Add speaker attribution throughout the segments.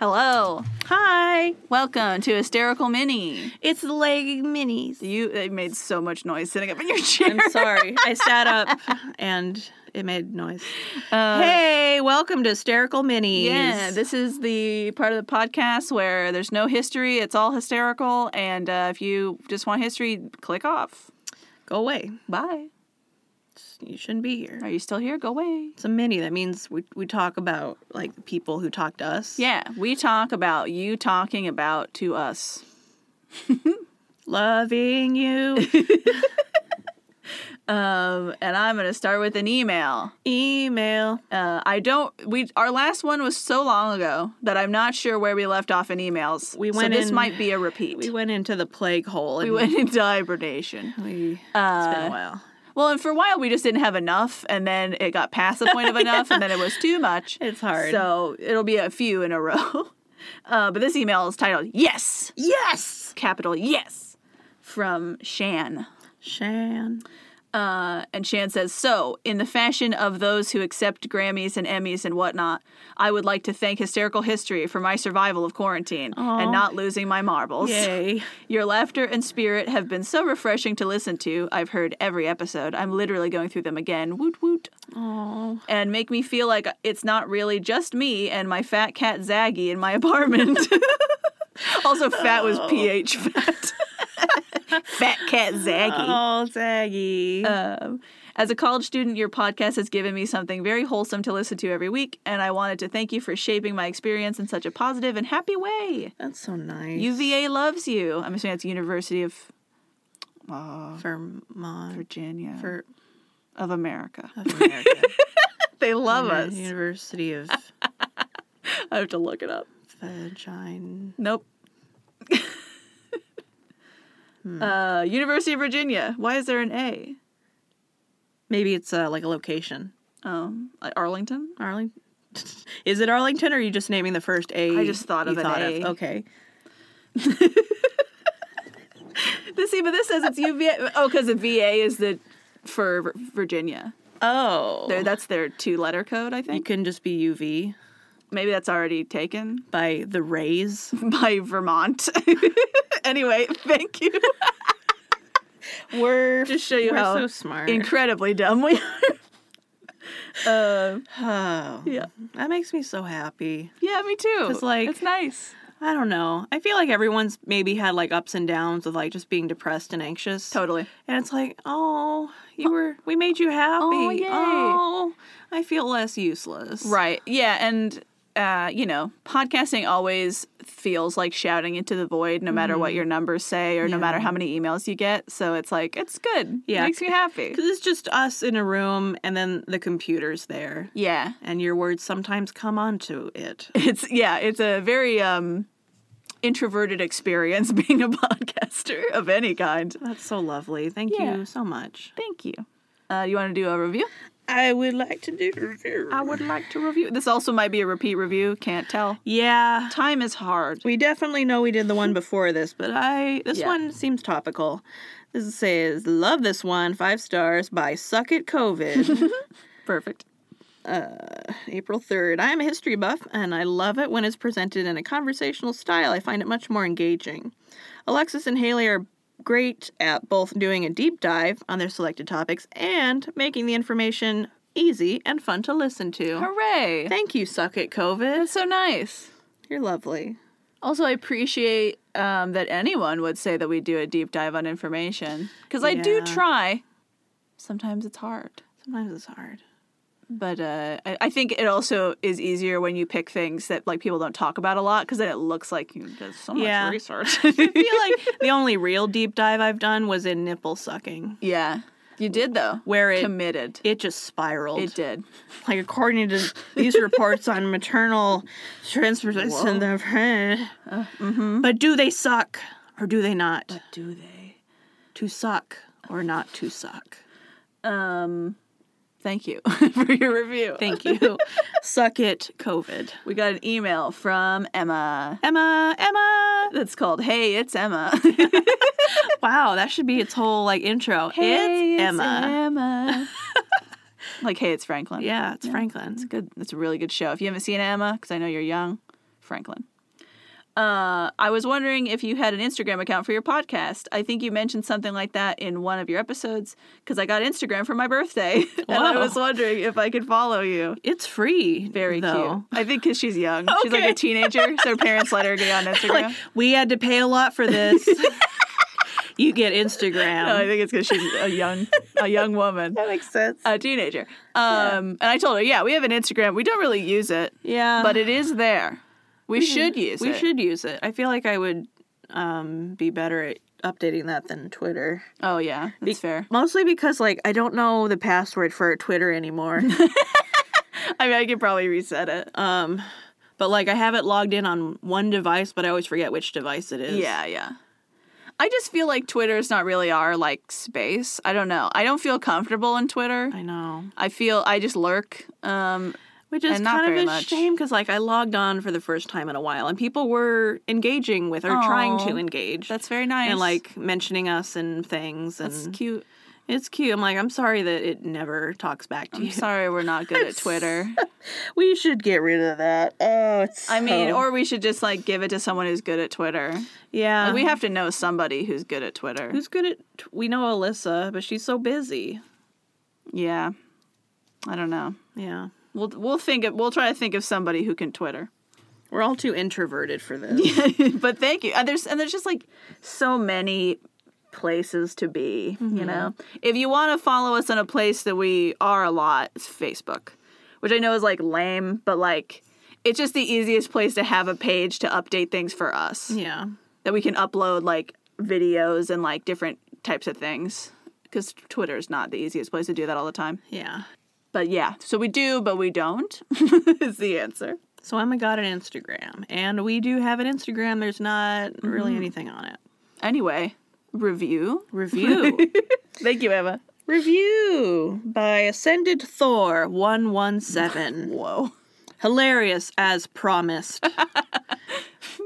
Speaker 1: Hello.
Speaker 2: Hi,
Speaker 1: Welcome to Hysterical Mini.
Speaker 2: it's the leg minis.
Speaker 1: You it made so much noise sitting up in your chair.
Speaker 2: I'm sorry. I sat up and it made noise.
Speaker 1: Uh,
Speaker 2: hey, welcome to Hysterical Minis.
Speaker 1: Yeah, this is the part of the podcast where there's no history. It's all hysterical. And uh, if you just want history, click off.
Speaker 2: Go away.
Speaker 1: Bye.
Speaker 2: You shouldn't be here.
Speaker 1: Are you still here? Go away.
Speaker 2: It's a mini. That means we, we talk about like the people who talk to us.
Speaker 1: Yeah, we talk about you talking about to us.
Speaker 2: Loving you.
Speaker 1: Um, and I'm going to start with an email.
Speaker 2: Email.
Speaker 1: Uh, I don't. We our last one was so long ago that I'm not sure where we left off in emails.
Speaker 2: We
Speaker 1: so
Speaker 2: went
Speaker 1: this
Speaker 2: in-
Speaker 1: might be a repeat.
Speaker 2: We went into the plague hole. And
Speaker 1: we went into hibernation.
Speaker 2: we- it's been
Speaker 1: Uh,
Speaker 2: a while.
Speaker 1: well, and for a while we just didn't have enough, and then it got past the point of enough, and then it was too much.
Speaker 2: It's hard.
Speaker 1: So it'll be a few in a row. Uh, but this email is titled "Yes,"
Speaker 2: yes,
Speaker 1: capital Yes, from Shan.
Speaker 2: Shan.
Speaker 1: Uh, and Shan says, So, in the fashion of those who accept Grammys and Emmys and whatnot, I would like to thank Hysterical History for my survival of quarantine and not losing my marbles.
Speaker 2: Yay.
Speaker 1: Your laughter and spirit have been so refreshing to listen to. I've heard every episode. I'm literally going through them again. Woot woot.
Speaker 2: Oh,
Speaker 1: And make me feel like it's not really just me and my fat cat Zaggy in my apartment. also, fat was PH fat. fat cat Zaggy.
Speaker 2: oh, Zaggy.
Speaker 1: Um, as a college student, your podcast has given me something very wholesome to listen to every week, and I wanted to thank you for shaping my experience in such a positive and happy way.
Speaker 2: That's so nice.
Speaker 1: UVA loves you. I'm assuming it's University of
Speaker 2: Vermont.
Speaker 1: Virginia
Speaker 2: For,
Speaker 1: of America.
Speaker 2: of America.
Speaker 1: They love us.
Speaker 2: University of
Speaker 1: I have to look it up.
Speaker 2: Vagina.
Speaker 1: Nope.
Speaker 2: Hmm.
Speaker 1: Uh, University of Virginia. Why is there an A?
Speaker 2: Maybe it's uh, like a location.
Speaker 1: Um, Arlington.
Speaker 2: Arlington. Is it Arlington, or are you just naming the first A?
Speaker 1: I just thought of
Speaker 2: you
Speaker 1: an A.
Speaker 2: Okay.
Speaker 1: This see, but this says it's UVA. Oh, because the VA is the for Vir- Virginia.
Speaker 2: Oh.
Speaker 1: There, that's their two-letter code, I
Speaker 2: you
Speaker 1: think.
Speaker 2: can just be UV
Speaker 1: Maybe that's already taken
Speaker 2: by the rays.
Speaker 1: by Vermont. anyway, thank you.
Speaker 2: We're
Speaker 1: Just show you
Speaker 2: we're
Speaker 1: how
Speaker 2: so smart.
Speaker 1: incredibly dumb we are. Uh,
Speaker 2: oh,
Speaker 1: yeah,
Speaker 2: that makes me so happy.
Speaker 1: yeah, me too.
Speaker 2: 'Cause, like-
Speaker 1: it's nice.
Speaker 2: I don't know. I feel like everyone's maybe had like ups and downs with like just being depressed and anxious.
Speaker 1: Totally.
Speaker 2: And it's like, oh, you were, we made you happy.
Speaker 1: Oh, yay.
Speaker 2: Oh, I feel less useless.
Speaker 1: Right. Yeah, and uh, you know, podcasting always feels like shouting into the void, no matter what your numbers say or no
Speaker 2: Yeah.
Speaker 1: matter how many emails you get. So it's like it's good.
Speaker 2: Yeah.
Speaker 1: it makes me happy.
Speaker 2: Because it's just us in a room and then the computer's there.
Speaker 1: Yeah,
Speaker 2: And your words sometimes come onto it.
Speaker 1: it's yeah it's a very um introverted experience being a podcaster of any kind
Speaker 2: That's so lovely. Thank
Speaker 1: Yeah.
Speaker 2: you so much.
Speaker 1: thank you uh, you want to do a review
Speaker 2: I would like to do review.
Speaker 1: i would like to review this also might be a repeat review can't tell
Speaker 2: Yeah.
Speaker 1: time is hard
Speaker 2: We definitely know we did the one before this, but I this
Speaker 1: Yeah.
Speaker 2: one seems topical. This says, "Love this one, five stars by Suck It COVID."
Speaker 1: perfect
Speaker 2: April 3rd. I am a history buff and I love it when it's presented in a conversational style. I find it much more engaging. Alexis and Haley are great at both doing a deep dive on their selected topics and making the information easy and fun to listen to.
Speaker 1: hooray
Speaker 2: Thank you, Suck It COVID.
Speaker 1: that's so nice
Speaker 2: You're lovely.
Speaker 1: also i appreciate um, that anyone would say that we do a deep dive on information because i do
Speaker 2: Yeah.
Speaker 1: try sometimes it's hard
Speaker 2: Sometimes it's hard.
Speaker 1: but uh, I, I think it also is easier when you pick things that like people don't talk about a lot because then it looks like you did so much
Speaker 2: Yeah.
Speaker 1: research.
Speaker 2: I feel like the only real deep dive I've done was in nipple sucking,
Speaker 1: yeah, you did though.
Speaker 2: where it
Speaker 1: committed,
Speaker 2: it just spiraled.
Speaker 1: it did.
Speaker 2: like according to these reports on maternal transmission of Uh, but do they suck or do they not
Speaker 1: Do they?
Speaker 2: to suck or not to suck
Speaker 1: Um, thank you for your review.
Speaker 2: thank you suck it covid
Speaker 1: we got an email from Emma
Speaker 2: emma emma
Speaker 1: that's called "Hey, it's Emma."
Speaker 2: wow that should be its whole like intro
Speaker 1: Hey,
Speaker 2: it's emma
Speaker 1: Emma. Like, hey, it's Franklin.
Speaker 2: Yeah, it's Franklin.
Speaker 1: It's good. It's a really good show. If you haven't seen Emma, because I know you're young, Franklin. Uh, I was wondering if you had an Instagram account for your podcast. I think you mentioned something like that in one of your episodes because I got Instagram for my birthday, and I
Speaker 2: Wow.
Speaker 1: was wondering if I could follow you.
Speaker 2: It's free.
Speaker 1: Very
Speaker 2: though.
Speaker 1: cute. I think because she's young, she's like
Speaker 2: Okay.
Speaker 1: a teenager, so her parents let her get on Instagram.
Speaker 2: Like um, we had to pay a lot for this. you get Instagram.
Speaker 1: no, I think it's because she's a young, a young woman,
Speaker 2: that makes sense.
Speaker 1: a teenager. Um, and I told her, yeah, we have an Instagram. We don't really use it,
Speaker 2: yeah,
Speaker 1: but it is there. We should use
Speaker 2: Mm-hmm. we
Speaker 1: it.
Speaker 2: should use it. I feel like I would um, be better at updating that than Twitter.
Speaker 1: Oh yeah, that's fair.
Speaker 2: Mostly because like I don't know the password for Twitter anymore.
Speaker 1: I mean, I could probably reset it.
Speaker 2: um, but like I have it logged in on one device, but I always forget which device it is.
Speaker 1: Yeah, yeah. I just feel like Twitter is not really our like space. I don't know. I don't feel comfortable in Twitter.
Speaker 2: I know.
Speaker 1: I feel I just lurk. Um,
Speaker 2: Which is
Speaker 1: And not
Speaker 2: kind
Speaker 1: very
Speaker 2: of a
Speaker 1: much.
Speaker 2: shame because, like, I logged on for the first time in a while, and people were engaging with or trying
Speaker 1: Aw,
Speaker 2: to engage,
Speaker 1: that's very nice.
Speaker 2: and like mentioning us and things, and
Speaker 1: it's cute.
Speaker 2: it's cute. I'm like, I'm sorry that it never talks back to
Speaker 1: I'm
Speaker 2: you.
Speaker 1: sorry we're not good at Twitter.
Speaker 2: We should get rid of that. Oh, it's.
Speaker 1: I mean,
Speaker 2: so-
Speaker 1: or we should just like give it to someone who's good at Twitter.
Speaker 2: yeah,
Speaker 1: Like, we have to know somebody Uh-huh. who's good at Twitter.
Speaker 2: who's good at? T- we know Alyssa, but she's so busy.
Speaker 1: Yeah, I don't know.
Speaker 2: Yeah,
Speaker 1: We'll we'll think of, we'll try to think of somebody who can Twitter.
Speaker 2: we're all too introverted for this.
Speaker 1: but thank you. And there's and there's just like so many places to be, you know. If you want to follow us in a place that we are a lot, it's Facebook, which I know is like lame, but like it's just the easiest place to have a page to update things for us
Speaker 2: yeah,
Speaker 1: that we can upload like videos and like different types of things because Twitter is not the easiest place to do that all the time.
Speaker 2: yeah.
Speaker 1: But yeah, so we do, but we don't is the answer.
Speaker 2: So Emma got an Instagram, and we do have an Instagram. There's not really anything on it.
Speaker 1: Anyway, review.
Speaker 2: Review.
Speaker 1: Thank you, Emma.
Speaker 2: Review by Ascended Thor 117.
Speaker 1: Whoa.
Speaker 2: Hilarious as promised.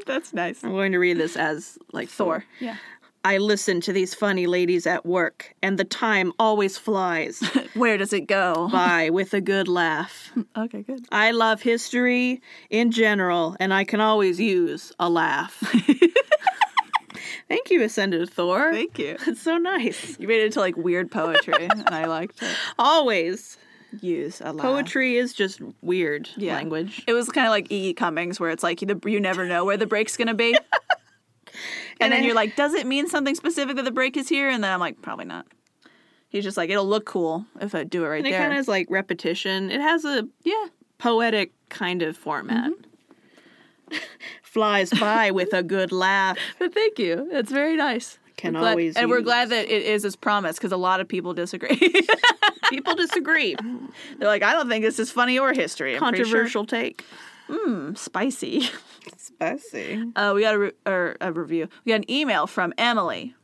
Speaker 1: That's nice.
Speaker 2: I'm going to read this as like Thor.
Speaker 1: Yeah.
Speaker 2: I listen to these funny ladies at work, and the time always flies
Speaker 1: Where does it go?
Speaker 2: by with a good laugh.
Speaker 1: Okay, good.
Speaker 2: I love history in general, and I can always use a laugh. Thank you, Ascended Thor.
Speaker 1: Thank you.
Speaker 2: That's so nice.
Speaker 1: You made it into like weird poetry, and I liked it.
Speaker 2: Always.
Speaker 1: Use a lot.
Speaker 2: Poetry is just weird
Speaker 1: Yeah.
Speaker 2: language.
Speaker 1: It was kind of like E.E. Cummings, where it's like you, you never know where the break's going to be. and then
Speaker 2: I-
Speaker 1: you're like, does it mean something specific that the break is here? And then I'm like, probably not. He's just like, it'll look cool if I do it right
Speaker 2: And it
Speaker 1: there.
Speaker 2: kind of has like repetition. It has a
Speaker 1: yeah.
Speaker 2: poetic kind of format.
Speaker 1: Mm-hmm.
Speaker 2: Flies by with a good laugh.
Speaker 1: But thank you. It's very nice.
Speaker 2: Can
Speaker 1: We're glad-
Speaker 2: always
Speaker 1: And we're
Speaker 2: use.
Speaker 1: glad that it is as promised because a lot of people disagree.
Speaker 2: People disagree.
Speaker 1: They're like, I don't think this is funny or history. I'm pretty sure
Speaker 2: Controversial take.
Speaker 1: spicy.
Speaker 2: Spicy.
Speaker 1: Uh, we got a, re- or a review. We got an email from Emily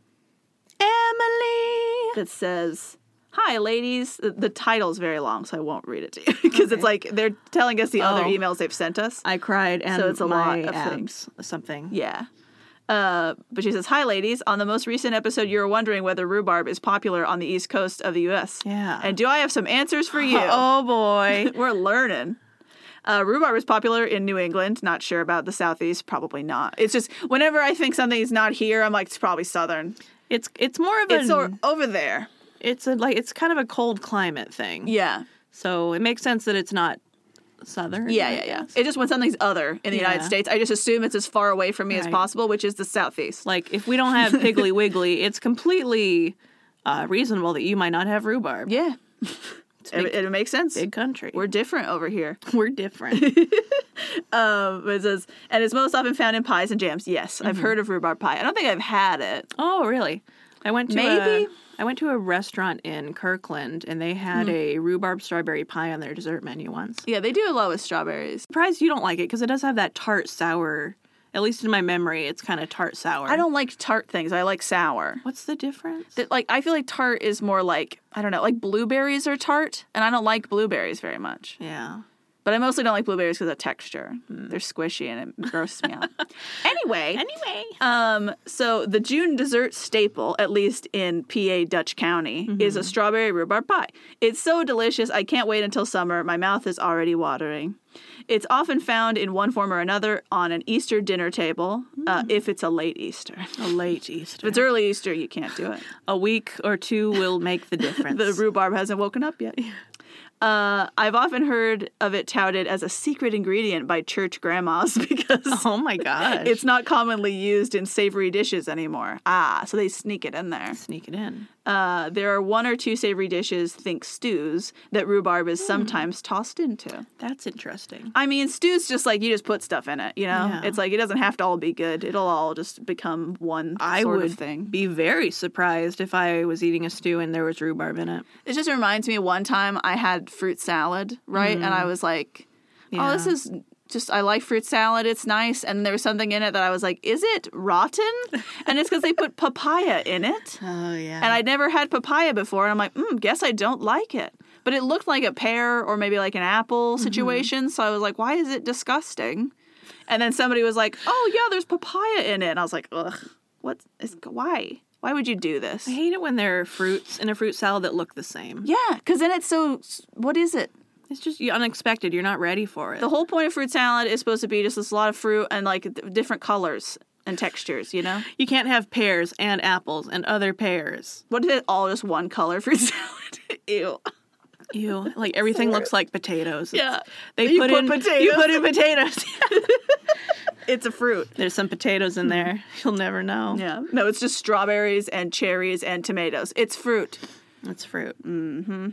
Speaker 2: Emily.
Speaker 1: that says, "Hi, ladies." The, the title's very long, so I won't read it to you because it's like they're telling us the other
Speaker 2: Oh.
Speaker 1: emails they've sent us.
Speaker 2: I cried and
Speaker 1: So it's a
Speaker 2: my
Speaker 1: lot of
Speaker 2: abs something.
Speaker 1: Yeah. Uh, but she says, "Hi, ladies. On the most recent episode, you were wondering whether rhubarb is popular on the East Coast of the U.S.
Speaker 2: Yeah.
Speaker 1: And do I have some answers for you?
Speaker 2: Oh boy.
Speaker 1: We're learning. Uh, rhubarb is popular in New England. Not sure about the Southeast. Probably not. It's just whenever I think something's not here, I'm like, it's probably Southern.
Speaker 2: it's it's more of a
Speaker 1: It's
Speaker 2: it's,
Speaker 1: or, over there.
Speaker 2: a like it's kind of a cold climate thing.
Speaker 1: Yeah.
Speaker 2: So it makes sense that it's not southern.
Speaker 1: Yeah,
Speaker 2: I
Speaker 1: yeah, yeah.
Speaker 2: guess.
Speaker 1: It just when something's other in the United
Speaker 2: Yeah.
Speaker 1: States, I just assume it's as far away from me as
Speaker 2: Right.
Speaker 1: possible, which is the Southeast.
Speaker 2: Like if we don't have Piggly Wiggly, it's completely uh, reasonable that you might not have rhubarb.
Speaker 1: Yeah. it, it makes sense.
Speaker 2: Big country.
Speaker 1: We're different over here.
Speaker 2: We're different.
Speaker 1: Um, but it says, and it's most often found in pies and jams. Yes, I've heard of rhubarb pie. I don't think I've had it.
Speaker 2: oh, really? I went to
Speaker 1: Maybe.
Speaker 2: A, I went to a restaurant in Kirkland, and they had
Speaker 1: Hmm.
Speaker 2: a rhubarb strawberry pie on their dessert menu once.
Speaker 1: Yeah, they do a lot with strawberries.
Speaker 2: surprised you don't like it because it does have that tart sour. At least in my memory, it's kind of tart sour.
Speaker 1: I don't like tart things. I like sour.
Speaker 2: What's the difference?
Speaker 1: that like I feel like tart is more like I don't know, like blueberries are tart, and I don't like blueberries very much.
Speaker 2: yeah.
Speaker 1: But I mostly don't like blueberries because of texture. They're squishy and it grosses me out. Anyway,
Speaker 2: Anyway.
Speaker 1: um, so the June dessert staple, at least in PA Dutch County, is a strawberry rhubarb pie. It's so delicious. I can't wait until summer. My mouth is already watering. It's often found in one form or another on an Easter dinner table, uh, if it's a late Easter. If
Speaker 2: A late Easter.
Speaker 1: it's early Easter, you can't do it.
Speaker 2: A week or two will make the difference.
Speaker 1: The rhubarb hasn't woken up yet. Uh, I've often heard of it touted as a secret ingredient by church grandmas because
Speaker 2: oh my gosh.
Speaker 1: it's not commonly used in savory dishes anymore. Ah, so they sneak it in there.
Speaker 2: sneak it in.
Speaker 1: Uh, there are one or two savory dishes, think stews, that rhubarb
Speaker 2: Hmm.
Speaker 1: is sometimes tossed into.
Speaker 2: That's interesting.
Speaker 1: I mean, stew's just like you just put stuff in it, you know?
Speaker 2: Yeah.
Speaker 1: It's like it doesn't have to all be good. It'll all just become one
Speaker 2: I
Speaker 1: sort
Speaker 2: would
Speaker 1: of thing.
Speaker 2: be very surprised if I was eating a stew and there was rhubarb in it.
Speaker 1: It just reminds me one time I had fruit salad, right? And I was like, oh, this
Speaker 2: Yeah.
Speaker 1: is just, I like fruit salad. It's nice. And there was something in it that I was like, is it rotten? And it's because they put papaya in it.
Speaker 2: Oh yeah.
Speaker 1: And I'd never had papaya before. And I'm like, mm, guess I don't like it. But it looked like a pear or maybe like an apple situation. So I was like, why is it disgusting? And then somebody was like, oh, yeah, there's papaya in it. And I was like, ugh, what is, why? Why would you do this?
Speaker 2: I hate it when there are fruits in a fruit salad that look the same.
Speaker 1: Yeah, because then it's so, what is it?
Speaker 2: It's just unexpected. You're not ready for it.
Speaker 1: The whole point of fruit salad is supposed to be just this lot of fruit and like th- different colors and textures, you know?
Speaker 2: you can't have pears and apples and other pears.
Speaker 1: What if it's all just one color fruit salad? Ew.
Speaker 2: Ew. Like everything looks like potatoes. It's-
Speaker 1: Yeah.
Speaker 2: They
Speaker 1: You
Speaker 2: put,
Speaker 1: put
Speaker 2: in
Speaker 1: potatoes.
Speaker 2: You put in potatoes.
Speaker 1: It's a fruit. Mm-hmm.
Speaker 2: There's some potatoes in there. You'll never know.
Speaker 1: Yeah. No, it's just strawberries and cherries and tomatoes. It's fruit.
Speaker 2: It's fruit.
Speaker 1: Mm.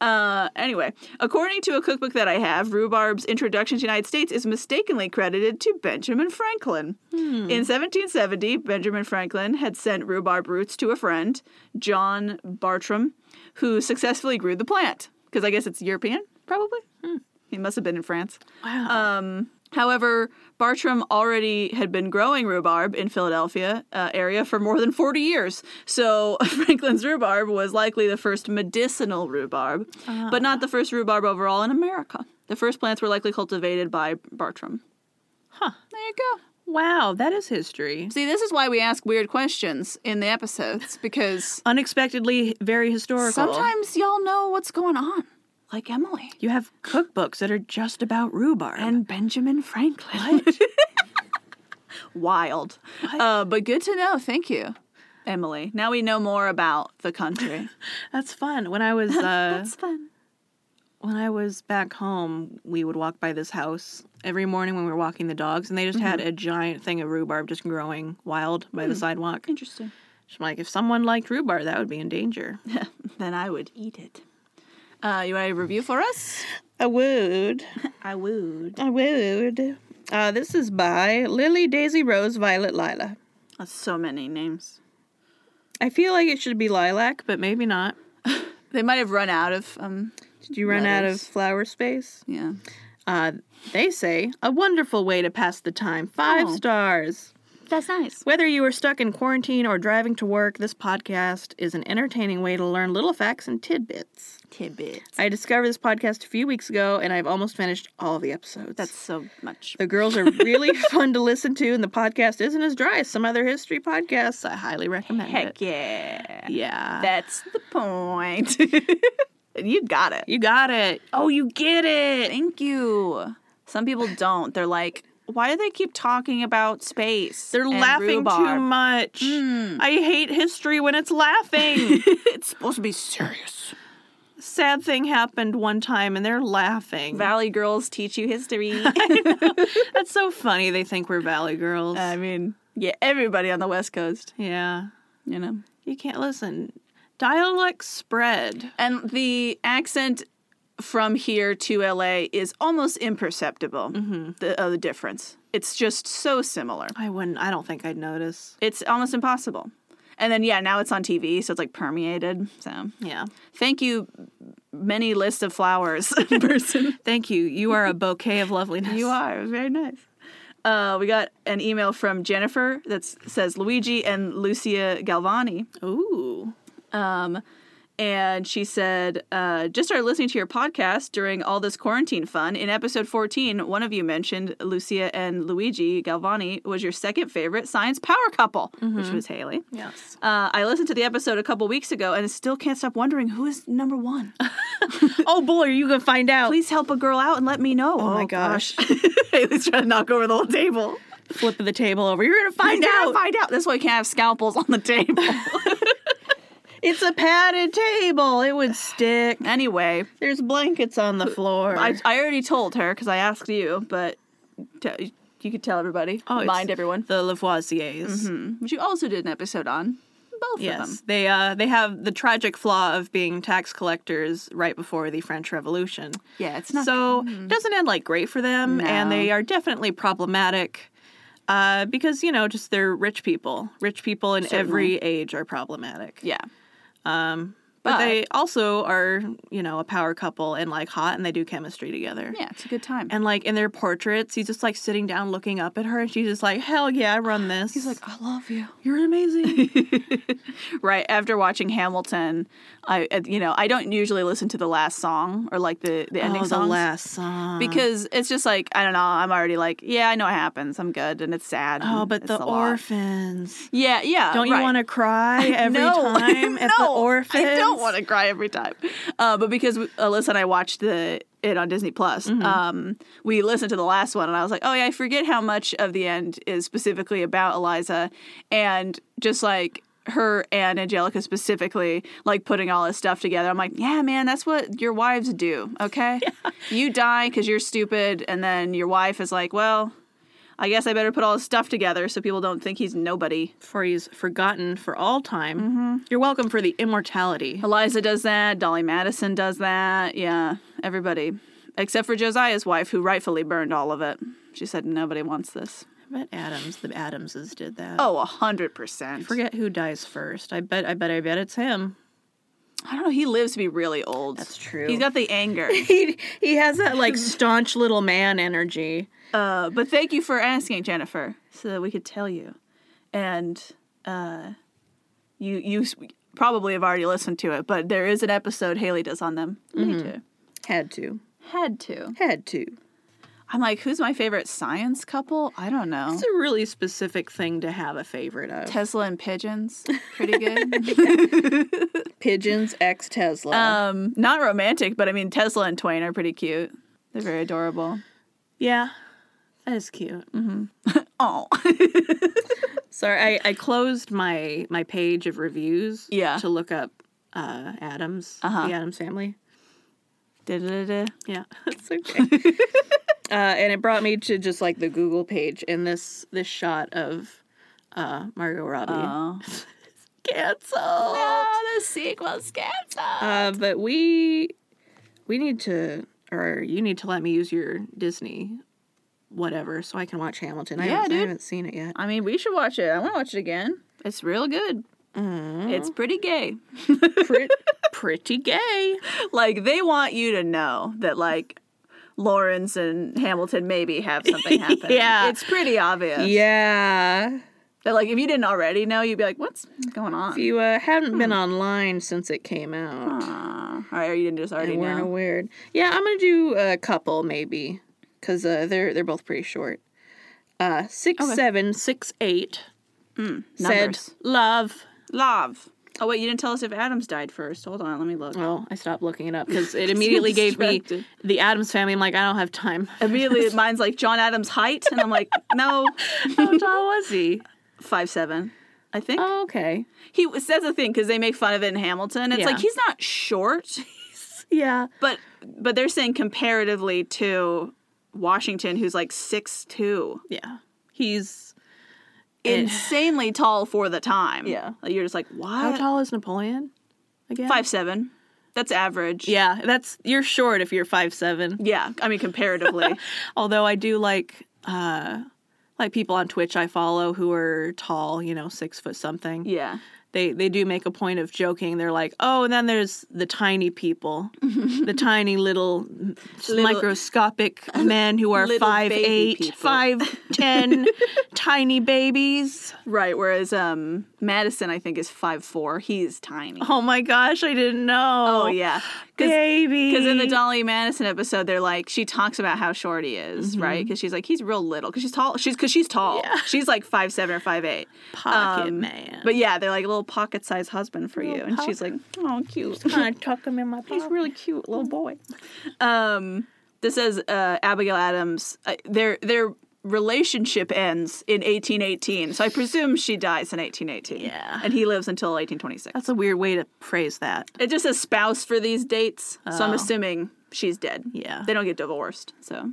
Speaker 1: Uh, anyway, according to a cookbook that I have, rhubarb's introduction to the United States is mistakenly credited to Benjamin Franklin. In 1770, Benjamin Franklin had sent rhubarb roots to a friend, John Bartram, who successfully grew the plant. Because I guess it's European, probably. He must have been in France.
Speaker 2: Wow.
Speaker 1: Um, however, Bartram already had been growing rhubarb in Philadelphia uh, area for more than 40 years. So Franklin's rhubarb was likely the first medicinal rhubarb, but not the first rhubarb overall in America. The first plants were likely cultivated by Bartram.
Speaker 2: Huh.
Speaker 1: There you go.
Speaker 2: Wow. That is history.
Speaker 1: See, this is why we ask weird questions in the episodes because
Speaker 2: Unexpectedly, very historical.
Speaker 1: sometimes y'all know what's going on, like Emily
Speaker 2: you have cookbooks that are just about rhubarb.
Speaker 1: and Benjamin Franklin. Wild. Uh, but good to know. Thank you, Emily. Now we know more about the country.
Speaker 2: that's fun. When I was uh,
Speaker 1: fun.
Speaker 2: when I was back home, we would walk by this house every morning when we were walking the dogs, and they just
Speaker 1: Mm-hmm.
Speaker 2: had a giant thing of rhubarb just growing wild by the sidewalk.
Speaker 1: Hmm. Interesting.
Speaker 2: Just like if someone liked rhubarb, that would be in danger.
Speaker 1: Then I would eat it. Uh, you want a review for us?
Speaker 2: I would.
Speaker 1: I would.
Speaker 2: I would. Uh, this is by Lily Daisy Rose Violet Lila.
Speaker 1: That's so many names.
Speaker 2: I feel like it should be lilac, but maybe not.
Speaker 1: They might have run out of um.
Speaker 2: Did you run out of
Speaker 1: Letters.
Speaker 2: flower space?
Speaker 1: Yeah.
Speaker 2: Uh, they say a wonderful way to pass the time. Five
Speaker 1: Oh.
Speaker 2: stars.
Speaker 1: That's nice.
Speaker 2: Whether you are stuck in quarantine or driving to work, this podcast is an entertaining way to learn little facts and tidbits.
Speaker 1: Tidbits.
Speaker 2: I discovered this podcast a few weeks ago, and I've almost finished all the episodes.
Speaker 1: That's so much.
Speaker 2: The girls are really fun to listen to, and the podcast isn't as dry as some other history podcasts. I highly recommend
Speaker 1: Heck
Speaker 2: it.
Speaker 1: yeah.
Speaker 2: Yeah.
Speaker 1: That's the point. you got it.
Speaker 2: you got it. Oh, you get it.
Speaker 1: Thank you. Some people don't. They're like, why do they keep talking about space?
Speaker 2: They're
Speaker 1: and
Speaker 2: laughing too
Speaker 1: rhubarb?" Mm.
Speaker 2: much. I hate history when it's laughing.
Speaker 1: it's supposed to be serious.
Speaker 2: Sad thing happened one time, and they're laughing.
Speaker 1: Valley girls teach you history.
Speaker 2: That's so funny. They think we're Valley girls.
Speaker 1: I mean, yeah, everybody on the West Coast,
Speaker 2: yeah.
Speaker 1: you know.
Speaker 2: You can't listen. Dialects spread.
Speaker 1: And the accent from here to LA is almost imperceptible. The, uh, the difference. It's just so similar.
Speaker 2: I wouldn't. I don't think I'd notice.
Speaker 1: It's almost impossible. And then yeah, now it's on TV, so it's like permeated. So
Speaker 2: Yeah.
Speaker 1: thank you, many lists of flowers person.
Speaker 2: Thank you. You are a bouquet of loveliness.
Speaker 1: You are. It was very nice. Uh, we got an email from Jennifer that says Luigi and Lucia Galvani.
Speaker 2: Ooh.
Speaker 1: Um, And she said, uh, just started listening to your podcast during all this quarantine fun. In episode 14, one of you mentioned Lucia and Luigi Galvani was your second favorite science power couple, which was Haley.
Speaker 2: Yes.
Speaker 1: Uh, I listened to the episode a couple weeks ago and still can't stop wondering who is number one.
Speaker 2: Oh boy, are you gonna find out?
Speaker 1: Please help a girl out and let me know. Oh,
Speaker 2: Oh. my gosh.
Speaker 1: Haley's trying to knock over the whole table.
Speaker 2: Flip the table over. You're gonna find
Speaker 1: You're gonna
Speaker 2: out.
Speaker 1: Find out. That's why we can't have scalpels on the table.
Speaker 2: It's a padded table. It would stick.
Speaker 1: anyway,
Speaker 2: There's blankets on the floor.
Speaker 1: I, I already told her because I asked you, but t- you could tell everybody.
Speaker 2: Oh, it's-
Speaker 1: Mind everyone. Mm,
Speaker 2: the Lavoisiers.
Speaker 1: Which you also did an episode on. Both of Mm-hmm, them.
Speaker 2: Yes, they uh, they have the tragic flaw of being tax collectors right before the French Revolution.
Speaker 1: Yeah, it's not.
Speaker 2: so it doesn't end like great for them, and
Speaker 1: No.
Speaker 2: they are definitely problematic uh, because you know just they're rich people. Rich people in every age are problematic.
Speaker 1: yeah.
Speaker 2: but,
Speaker 1: but-
Speaker 2: they also are you know a power couple and like hot, and they do chemistry together.
Speaker 1: Yeah, it's a good time.
Speaker 2: And like in their portraits, he's just like sitting down looking up at her, and she's just like, "Hell yeah, I run this." He's
Speaker 1: like, I love you.
Speaker 2: "You're amazing."
Speaker 1: Right after watching Hamilton, I uh, you know I don't usually listen to the last song or like the the ending
Speaker 2: oh, the
Speaker 1: songs.
Speaker 2: last song.
Speaker 1: because it's just like I don't know. I'm already like, yeah, I know it happens. I'm good, and it's sad.
Speaker 2: Oh,
Speaker 1: and
Speaker 2: but
Speaker 1: it's
Speaker 2: the
Speaker 1: a lot.
Speaker 2: orphans.
Speaker 1: Yeah, yeah.
Speaker 2: Don't you
Speaker 1: right.
Speaker 2: want to cry every time at the orphans?
Speaker 1: I don't want to cry every time. Uh, but because Alyssa and I watched the it on Disney Plus,
Speaker 2: Mm-hmm.
Speaker 1: um, we listened to the last one, and I was like, oh yeah, I forget how much of the end is specifically about Eliza, and just like her and Angelica specifically, like putting all this stuff together. I'm like, yeah, man, that's what your wives do. Okay, you die because you're stupid, and then your wife is like, well. I guess I better put all this stuff together so people don't think he's nobody.
Speaker 2: For he's forgotten for all time. You're welcome for the immortality.
Speaker 1: Eliza does that. Dolly Madison does that. Yeah, everybody. Except for Josiah's wife, who rightfully burned all of it. She said nobody wants this.
Speaker 2: I bet Adams, the Adamses did that.
Speaker 1: Oh, a 100%.
Speaker 2: forget who dies first. I bet. I bet. I bet it's him.
Speaker 1: I don't know. He lives to be really old.
Speaker 2: That's true.
Speaker 1: He's got the anger.
Speaker 2: He he has that like staunch little man energy.
Speaker 1: uh, but thank you for asking, Jennifer, so that we could tell you. And uh, you, you s- probably have already listened to it, but there is an episode Haley does on them. Need to.
Speaker 2: Had to.
Speaker 1: Had to.
Speaker 2: Had to.
Speaker 1: I'm like, who's my favorite science couple? I don't know.
Speaker 2: It's a really specific thing to have a favorite of.
Speaker 1: Tesla and pigeons. Pretty good.
Speaker 2: Pigeons ex Tesla.
Speaker 1: um, not romantic, but I mean Tesla and Twain are pretty cute. They're very adorable.
Speaker 2: yeah, that is cute. Mm.
Speaker 1: Oh,
Speaker 2: Sorry, I, I closed my my page of reviews.
Speaker 1: Yeah.
Speaker 2: To look up uh, Adams,
Speaker 1: Uh-huh.
Speaker 2: the Adams family.
Speaker 1: Da-da-da-da.
Speaker 2: Yeah, that's okay. uh, and it brought me to just like the Google page and this this shot of uh, Margot Robbie.
Speaker 1: oh.
Speaker 2: Cancel.
Speaker 1: oh, the sequel's canceled.
Speaker 2: Uh, but we we need to, or you need to let me use your Disney, whatever, so I can watch Hamilton. I,
Speaker 1: Yeah,
Speaker 2: haven't, I
Speaker 1: dude.
Speaker 2: haven't seen it yet.
Speaker 1: I mean, we should watch it. I want to watch it again. It's real good. It's pretty gay.
Speaker 2: Pret- pretty gay.
Speaker 1: Like they want you to know that like Lawrence and Hamilton maybe have something happen.
Speaker 2: Yeah.
Speaker 1: it's pretty obvious.
Speaker 2: Yeah.
Speaker 1: That like if you didn't already know, you'd be like, what's going on?
Speaker 2: If you uh, haven't been online since it came out
Speaker 1: Aw. all right, or you didn't just already
Speaker 2: and weren't
Speaker 1: know.
Speaker 2: aware, yeah, I'm gonna do a couple maybe because uh, they're they're both pretty short. Uh, six seven six eight Hmm,
Speaker 1: numbers.
Speaker 2: said love.
Speaker 1: Love. Oh wait, you didn't tell us if Adams died first. Hold on, let me look.
Speaker 2: Well, I stopped looking it up because it immediately gave me
Speaker 1: distracted.
Speaker 2: the Adams family. I'm like, I don't have time.
Speaker 1: Immediately, mine's like John Adams' height, and I'm like, no,
Speaker 2: How tall was he?
Speaker 1: five seven. I think
Speaker 2: Oh, okay.
Speaker 1: he says a thing because they make fun of it in Hamilton. It's
Speaker 2: Yeah.
Speaker 1: like he's not short,
Speaker 2: Yeah.
Speaker 1: but but they're saying comparatively to Washington, who's like six two,
Speaker 2: Yeah. He's
Speaker 1: insanely tall for the time.
Speaker 2: Yeah.
Speaker 1: Like, you're just like
Speaker 2: how
Speaker 1: what
Speaker 2: tall is Napoleon? Again.
Speaker 1: five seven. That's average.
Speaker 2: Yeah, that's you're short if you're five seven.
Speaker 1: yeah. I mean comparatively.
Speaker 2: Although I do like uh like people on Twitch I follow who are tall, you know, six foot something.
Speaker 1: yeah.
Speaker 2: they they do make a point of joking. They're like, oh, and then there's the tiny people, the tiny little, microscopic men who are
Speaker 1: little
Speaker 2: five
Speaker 1: baby
Speaker 2: eight,
Speaker 1: people.
Speaker 2: five ten, tiny babies.
Speaker 1: Right. Whereas um, Madison, I think, is five four. He's tiny.
Speaker 2: Oh my gosh, I didn't know.
Speaker 1: Oh, yeah. Because
Speaker 2: baby.
Speaker 1: in the Dolly Madison episode, they're like she talks about how short he is, right? Because she's like he's real little. Because she's tall. She's because she's tall.
Speaker 2: Mm-hmm. Yeah.
Speaker 1: She's like five seven or five eight.
Speaker 2: pocket
Speaker 1: Um,
Speaker 2: man.
Speaker 1: But yeah, they're like a little pocket sized husband for you, and she's like, oh, cute.
Speaker 2: I tuck him in my
Speaker 1: He's
Speaker 2: pocket.
Speaker 1: really cute, little boy. Um, this says uh, Abigail Adams. Uh, their their relationship ends in 1818, so I presume she dies in 1818.
Speaker 2: Yeah.
Speaker 1: and he lives until 1826.
Speaker 2: That's a weird way to phrase that.
Speaker 1: It just says spouse for these dates, so I'm
Speaker 2: Oh.
Speaker 1: assuming she's dead.
Speaker 2: Yeah.
Speaker 1: they don't get divorced, so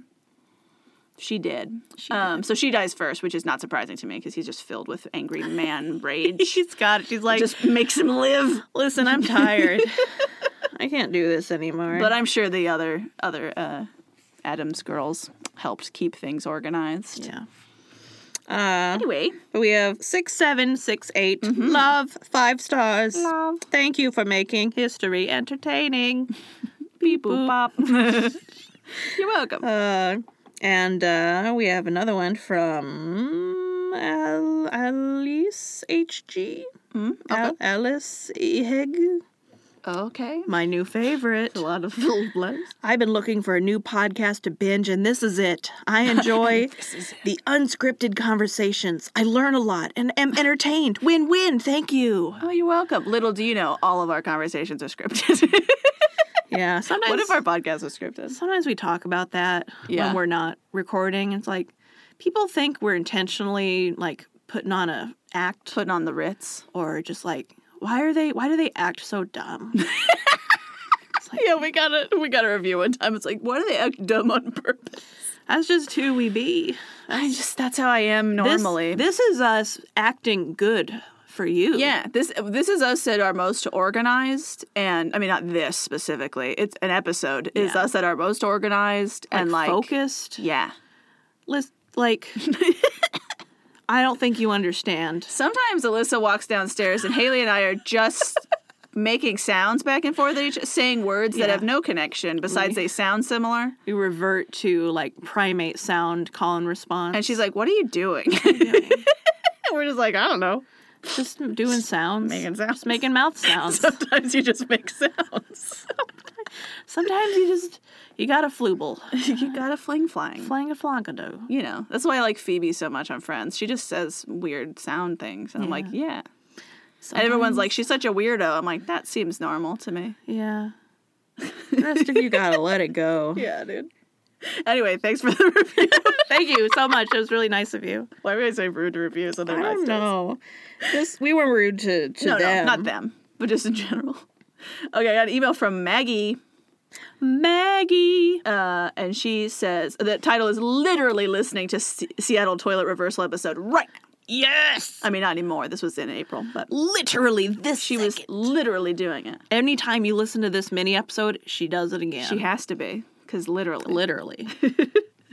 Speaker 1: she did. um, So she dies first, which is not surprising to me because he's just filled with angry man rage.
Speaker 2: She's got it. She's like,
Speaker 1: just makes him live.
Speaker 2: listen, I'm tired. I can't do this anymore.
Speaker 1: But I'm sure the other other uh, Adams girls helped keep things organized.
Speaker 2: yeah. Uh,
Speaker 1: Anyway,
Speaker 2: we have six seven six eight. Love five stars.
Speaker 1: Mm-hmm. Love.
Speaker 2: Thank you for making history entertaining.
Speaker 1: beep boop bop. You're welcome.
Speaker 2: Uh, and uh, we have another one from Al- Alice HG.
Speaker 1: Mm,
Speaker 2: Al- Alice Ehig.
Speaker 1: okay.
Speaker 2: My new favorite.
Speaker 1: A lot of little letters.
Speaker 2: I've been looking for a new podcast to binge, and this is it. I enjoy the unscripted conversations. I learn a lot and am entertained. Win win. Thank you.
Speaker 1: Oh, you're welcome. Little do you know, all of our conversations are scripted.
Speaker 2: Yeah. Sometimes.
Speaker 1: what if our podcast was scripted?
Speaker 2: Sometimes we talk about that
Speaker 1: Yeah.
Speaker 2: when we're not recording. It's like people think we're intentionally like putting on a act
Speaker 1: Putting on the Ritz.
Speaker 2: or just like why are they why do they act so dumb?
Speaker 1: Yeah, we got a we got a review one time. It's like, why do they act dumb on purpose?
Speaker 2: That's just who we be.
Speaker 1: I just that's how I am
Speaker 2: This-
Speaker 1: normally.
Speaker 2: This, is us acting good for you.
Speaker 1: Yeah, this this is us at our most organized, and I mean not this specifically. It's an episode is
Speaker 2: Yeah.
Speaker 1: us at our most organized and like
Speaker 2: focused.
Speaker 1: Yeah,
Speaker 2: Lis- like I don't think you understand.
Speaker 1: sometimes Alyssa walks downstairs and Haley and I are just making sounds back and forth, at each, saying words that
Speaker 2: Yeah.
Speaker 1: have no connection besides they sound similar.
Speaker 2: We revert to like primate sound call and response.
Speaker 1: And she's like, "What are you doing?" We're just like, "I don't know."
Speaker 2: just doing sounds,
Speaker 1: making sounds.
Speaker 2: just making mouth sounds.
Speaker 1: Sometimes you just make sounds.
Speaker 2: Sometimes you just you got a fluble,
Speaker 1: you got a fling flying.
Speaker 2: flying a flonkado.
Speaker 1: you know that's why i like phoebe so much on friends she just says weird sound things and i'm like yeah and everyone's like she's such a weirdo i'm like that seems normal to me
Speaker 2: Yeah. The rest of you gotta let it go.
Speaker 1: yeah dude anyway thanks for the review
Speaker 2: Thank you so much. It was really nice of you.
Speaker 1: why would i say rude reviews on their
Speaker 2: I don't know. This we were rude to, to
Speaker 1: no
Speaker 2: them.
Speaker 1: no not them but just in general okay i got an email from maggie
Speaker 2: Maggie.
Speaker 1: uh, and she says the title is literally listening to Se- seattle toilet reversal episode right now
Speaker 2: Yes.
Speaker 1: i mean not anymore this was in april but
Speaker 2: Literally this
Speaker 1: she was literally doing it
Speaker 2: anytime you listen to this mini episode, she does it again.
Speaker 1: she has to be because literally
Speaker 2: literally.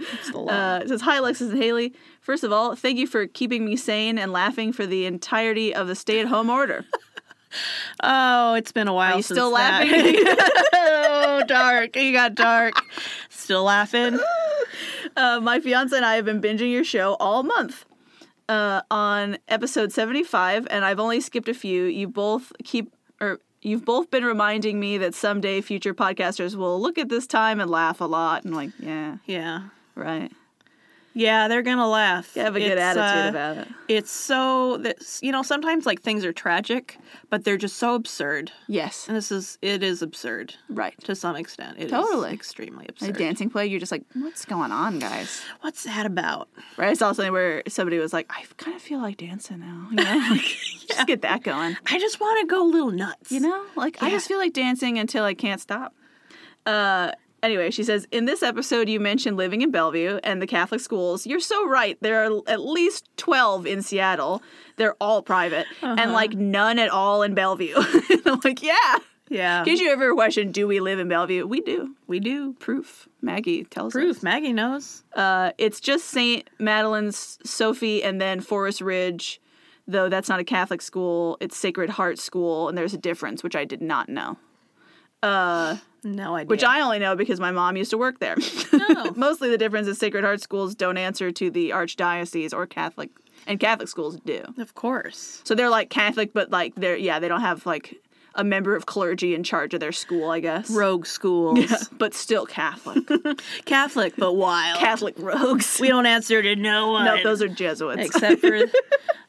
Speaker 2: It's the law.
Speaker 1: Uh, it says, Hi, Alexis and Haley. First of all, thank you for keeping me sane and laughing for the entirety of the stay at home order.
Speaker 2: oh, it's been a while.
Speaker 1: you
Speaker 2: since
Speaker 1: still
Speaker 2: that.
Speaker 1: laughing?
Speaker 2: oh, dark. You got dark. Still laughing.
Speaker 1: Uh, my fiance and I have been binging your show all month. Uh, on episode 75, and I've only skipped a few. You both keep, or you've both been reminding me that someday future podcasters will look at this time and laugh a lot. And like, yeah,
Speaker 2: Yeah.
Speaker 1: right.
Speaker 2: Yeah, they're gonna laugh.
Speaker 1: Have a good
Speaker 2: It's,
Speaker 1: attitude
Speaker 2: uh,
Speaker 1: about it.
Speaker 2: It's so that you know sometimes like things are tragic, but they're just so absurd.
Speaker 1: Yes,
Speaker 2: And this is it is absurd
Speaker 1: right.
Speaker 2: to some extent. It is
Speaker 1: Totally.
Speaker 2: extremely
Speaker 1: A
Speaker 2: absurd.
Speaker 1: dancing play, you're just like, what's going on, guys?
Speaker 2: What's that about?
Speaker 1: Right? I saw something where somebody was like, I kind of feel like dancing now. You know, like, just get that going.
Speaker 2: I just want to go a little nuts.
Speaker 1: You know, like I
Speaker 2: Yeah.
Speaker 1: just feel like dancing until I can't stop. Uh, anyway, she says, in this episode, you mentioned living in Bellevue and the Catholic schools. You're so right. There are at least 12 in Seattle. They're all private
Speaker 2: Uh-huh.
Speaker 1: and like none at all in Bellevue. And I'm like, yeah.
Speaker 2: Yeah,
Speaker 1: In case you ever question, do we live in Bellevue? We do.
Speaker 2: we do.
Speaker 1: Proof. Maggie tells us.
Speaker 2: Proof. Maggie knows.
Speaker 1: Uh, it's just St. Madeline's Sophie and then Forest Ridge. though that's not a Catholic school. It's Sacred Heart School, and there's a difference, which I did not know.
Speaker 2: No idea.
Speaker 1: Which I only know because my mom used to work there.
Speaker 2: No.
Speaker 1: Mostly the difference is Sacred Heart schools don't answer to the archdiocese or Catholic, and Catholic schools do.
Speaker 2: of course.
Speaker 1: So they're like Catholic, but like they're yeah, they don't have like a member of clergy in charge of their school, I guess.
Speaker 2: Rogue schools.
Speaker 1: But still Catholic.
Speaker 2: Catholic but wild.
Speaker 1: Catholic rogues.
Speaker 2: we don't answer to no one.
Speaker 1: No, those are Jesuits.
Speaker 2: except for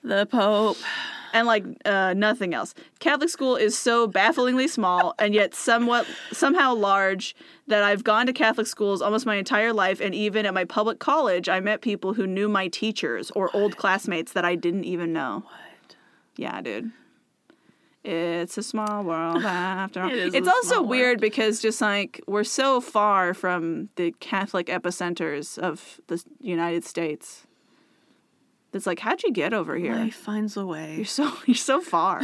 Speaker 2: the Pope.
Speaker 1: and like uh, nothing else. Catholic school is so bafflingly small and yet somewhat somehow large that I've gone to Catholic schools almost my entire life, and even at my public college, I met people who knew my teachers or old classmates that I didn't even know.
Speaker 2: What?
Speaker 1: Yeah, dude. It's a small world after all.
Speaker 2: It is
Speaker 1: it's
Speaker 2: a
Speaker 1: also
Speaker 2: small world.
Speaker 1: weird because just like we're so far from the Catholic epicenters of the United States. It's like, how'd you get over here?
Speaker 2: Life finds a way.
Speaker 1: You're so you're so far.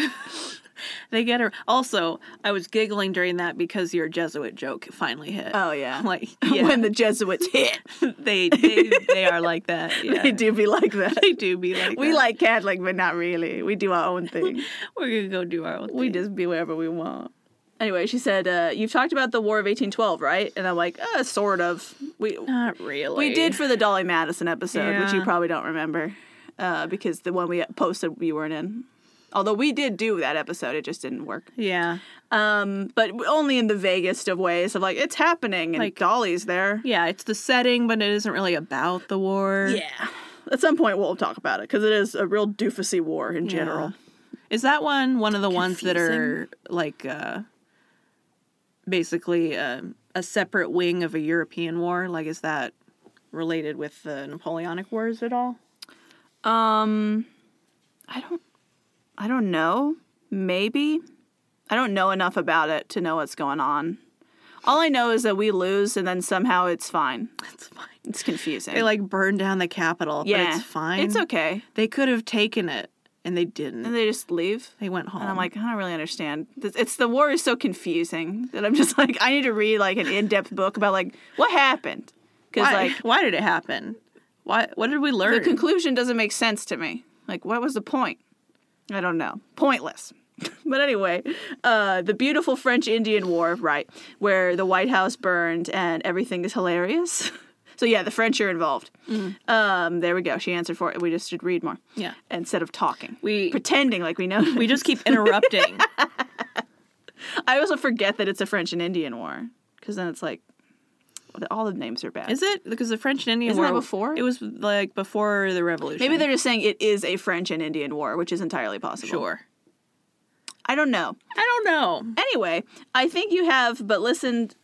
Speaker 2: They get her. Also, I was giggling during that because your Jesuit joke finally hit.
Speaker 1: Oh yeah.
Speaker 2: Like, yeah,
Speaker 1: When the Jesuits hit,
Speaker 2: they, they they are like that. Yeah.
Speaker 1: they do be like that.
Speaker 2: They do be like
Speaker 1: We
Speaker 2: that.
Speaker 1: like Catholic, but not really. We do our own thing.
Speaker 2: We're gonna go do our own
Speaker 1: we
Speaker 2: thing.
Speaker 1: just be wherever we want. Anyway, she said, uh, "You've talked about the War of 1812, right?" And I'm like, uh, "Sort of. We
Speaker 2: Not really.
Speaker 1: we did for the Dolly Madison episode, which you
Speaker 2: Yeah.
Speaker 1: probably don't remember, uh, because the one we posted we weren't in. Although we did do that episode, it just didn't work.
Speaker 2: Yeah.
Speaker 1: Um, but only in the vaguest of ways of like it's happening and
Speaker 2: Like-
Speaker 1: Dolly's there.
Speaker 2: Yeah, it's the setting, but it isn't really about the war.
Speaker 1: Yeah. At some point, we'll talk about it because it is a real doofusy war in general.
Speaker 2: Is that one one of the ones that are
Speaker 1: Confusing.
Speaker 2: like uh basically um a separate wing of a European war? Like is that related with the Napoleonic Wars at all?
Speaker 1: Um, I don't, I don't know. Maybe I don't know enough about it to know what's going on. All I know is that we lose, and then somehow it's fine.
Speaker 2: That's fine.
Speaker 1: It's confusing.
Speaker 2: They like burned down the capital,
Speaker 1: yeah,
Speaker 2: but it's fine.
Speaker 1: It's okay.
Speaker 2: They could have taken it and they didn't.
Speaker 1: And they just leave.
Speaker 2: they went home.
Speaker 1: And I'm like, I don't really understand. This- It's the war is so confusing that I'm just like, I need to read like an in-depth book about like what happened because
Speaker 2: why,
Speaker 1: like
Speaker 2: why did it happen? Why what did we learn?
Speaker 1: the conclusion doesn't make sense to me. Like, what was the point? I don't know. Pointless. but anyway, uh, the beautiful French Indian War, right, where the White House burned and everything is hilarious. so, yeah, the French are involved. Um, there we go. She answered for it. We just should read more.
Speaker 2: Mm-hmm. Yeah.
Speaker 1: Instead of talking,
Speaker 2: We-
Speaker 1: pretending like we know.
Speaker 2: we just keep interrupting.
Speaker 1: I also forget that it's a French and Indian war because then it's like all the names are bad.
Speaker 2: Is it because the French and Indian
Speaker 1: Isn't
Speaker 2: War
Speaker 1: that before?
Speaker 2: It was like before the revolution.
Speaker 1: Maybe they're just saying it is a French and Indian war, which is entirely possible.
Speaker 2: sure.
Speaker 1: I don't know.
Speaker 2: I don't know.
Speaker 1: Anyway, I think you have, but listened.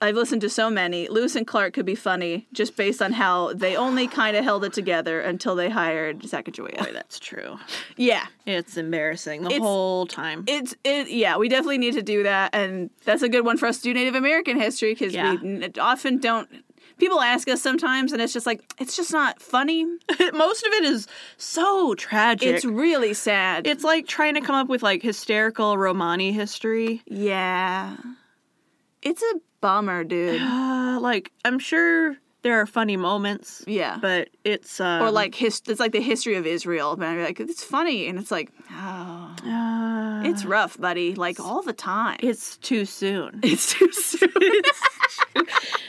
Speaker 1: I've listened to so many. Lewis and Clark could be funny just based on how they only kind of held it together until they hired Sacagawea.
Speaker 2: Boy, that's true.
Speaker 1: Yeah,
Speaker 2: It's embarrassing the whole time.
Speaker 1: it's it. Yeah, we definitely need to do that, and that's a good one for us to do Native American history because
Speaker 2: Yeah.
Speaker 1: we n- often don't. People ask us sometimes, and it's just like it's just not funny.
Speaker 2: Most of it is so tragic.
Speaker 1: It's really sad.
Speaker 2: it's like trying to come up with like hysterical Romani history.
Speaker 1: yeah, it's a bummer, dude.
Speaker 2: Uh, like I'm sure there are funny moments.
Speaker 1: Yeah.
Speaker 2: but it's uh,
Speaker 1: or like his, it's like the history of Israel. But I'm like, it's funny, and it's like, oh,
Speaker 2: uh,
Speaker 1: it's rough, buddy. Like all the time.
Speaker 2: it's too soon.
Speaker 1: It's too soon.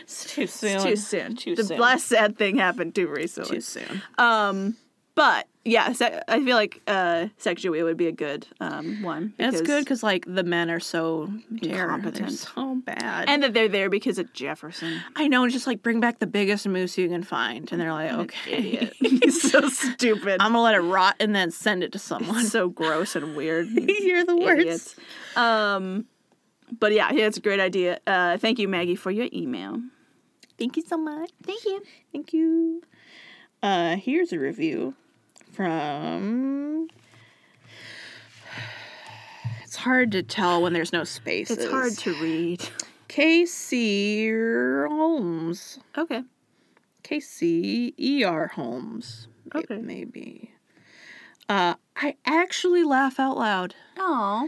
Speaker 2: It's too soon.
Speaker 1: It's too soon.
Speaker 2: Too
Speaker 1: the
Speaker 2: soon.
Speaker 1: last sad thing happened too recently.
Speaker 2: Too soon.
Speaker 1: Um, but yeah, Sa- I feel like uh, Sacagawea would be a good um one.
Speaker 2: And
Speaker 1: because-
Speaker 2: it's good because like the men are so terrible. They're
Speaker 1: Incompetent.
Speaker 2: so bad.
Speaker 1: and that they're there because of Jefferson.
Speaker 2: I know, just like bring back the biggest moose you can find. And they're like, okay.
Speaker 1: He's so stupid.
Speaker 2: I'm gonna let it rot and then send it to someone.
Speaker 1: so gross and weird.
Speaker 2: You're the
Speaker 1: Idiots. Um, but yeah, yeah, it's a great idea. Uh, thank you, Maggie, for your email.
Speaker 2: Thank you so much.
Speaker 1: Thank you.
Speaker 2: Thank you. Uh here's a review from It's hard to tell when there's no spaces.
Speaker 1: It's hard to read.
Speaker 2: KC Holmes.
Speaker 1: Okay.
Speaker 2: KC E.R. Holmes. may-
Speaker 1: Okay.
Speaker 2: Maybe. Uh, I actually laugh out loud.
Speaker 1: Oh.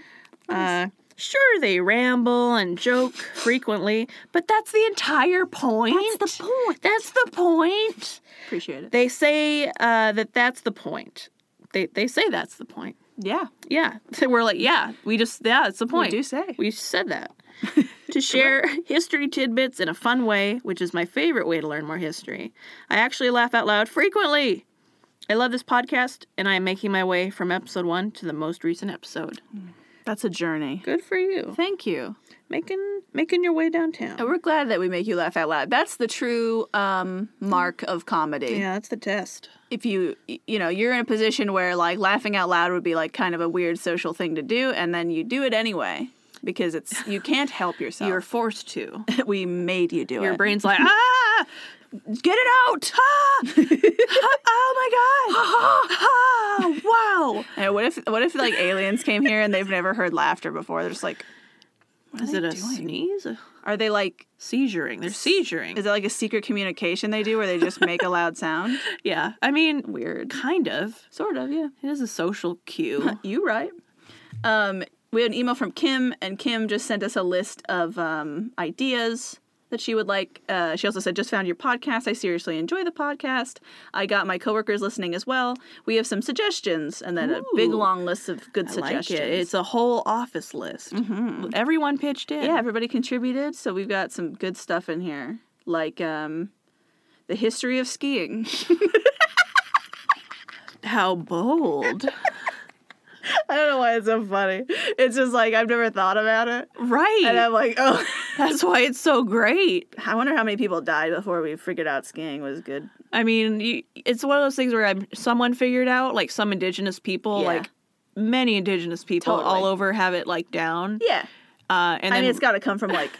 Speaker 2: Uh, sure, they ramble and joke frequently, but that's the entire point. That's the point. That's the point.
Speaker 1: Appreciate it.
Speaker 2: They say uh, that that's the point. they, they say that's the point.
Speaker 1: Yeah.
Speaker 2: Yeah. We're like, yeah, we just, yeah, it's the point.
Speaker 1: do say.
Speaker 2: We said that. to share history tidbits in a fun way, which is my favorite way to learn more history. I actually laugh out loud frequently. I love this podcast, and I am making my way from episode one to the most recent episode.
Speaker 1: That's a journey.
Speaker 2: Good for you.
Speaker 1: Thank you. Oh,
Speaker 2: Making making your way downtown.
Speaker 1: And we're glad that we make you laugh out loud. That's the true um, mark of comedy.
Speaker 2: Yeah, that's the test.
Speaker 1: If you, you know, you're in a position where like laughing out loud would be like kind of a weird social thing to do, and then you do it anyway because it's you can't help yourself.
Speaker 2: You're forced to.
Speaker 1: we made you do
Speaker 2: Your
Speaker 1: it.
Speaker 2: brain's like, ah,
Speaker 1: Get it out! oh my god! wow! And what if what if like aliens came here and they've never heard laughter before? They're just like, what are
Speaker 2: is
Speaker 1: they
Speaker 2: it a
Speaker 1: doing?
Speaker 2: sneeze?
Speaker 1: Are they like?
Speaker 2: Seizuring. They're seizuring.
Speaker 1: Is it like a secret communication they do where they just make a loud sound?
Speaker 2: yeah. I mean,
Speaker 1: Weird.
Speaker 2: kind of.
Speaker 1: Sort of, yeah.
Speaker 2: It is a social cue.
Speaker 1: You right. Um, we had an email from Kim, and Kim just sent us a list of um, ideas that she would like. Uh, she also said, "Just found your podcast. I seriously enjoy the podcast. I got my coworkers listening as well. We have some suggestions, and then a big
Speaker 2: Ooh.
Speaker 1: long list of good
Speaker 2: I like
Speaker 1: suggestions. Mm-hmm.
Speaker 2: it. It's a whole office list. Everyone pitched in.
Speaker 1: yeah, everybody contributed, so we've got some good stuff in here, like um, the history of skiing.
Speaker 2: How bold.
Speaker 1: I don't know why it's so funny. It's just like I've never thought about it,
Speaker 2: right.
Speaker 1: and I'm like, oh."
Speaker 2: That's why it's so great.
Speaker 1: I wonder how many people died before we figured out skiing was good.
Speaker 2: I mean, you, it's one of those things where I'm, someone figured out, like some indigenous people,
Speaker 1: Yeah.
Speaker 2: like many indigenous people
Speaker 1: Totally.
Speaker 2: all over have it like down.
Speaker 1: Yeah.
Speaker 2: Uh, and
Speaker 1: I
Speaker 2: then,
Speaker 1: mean, it's got to come from like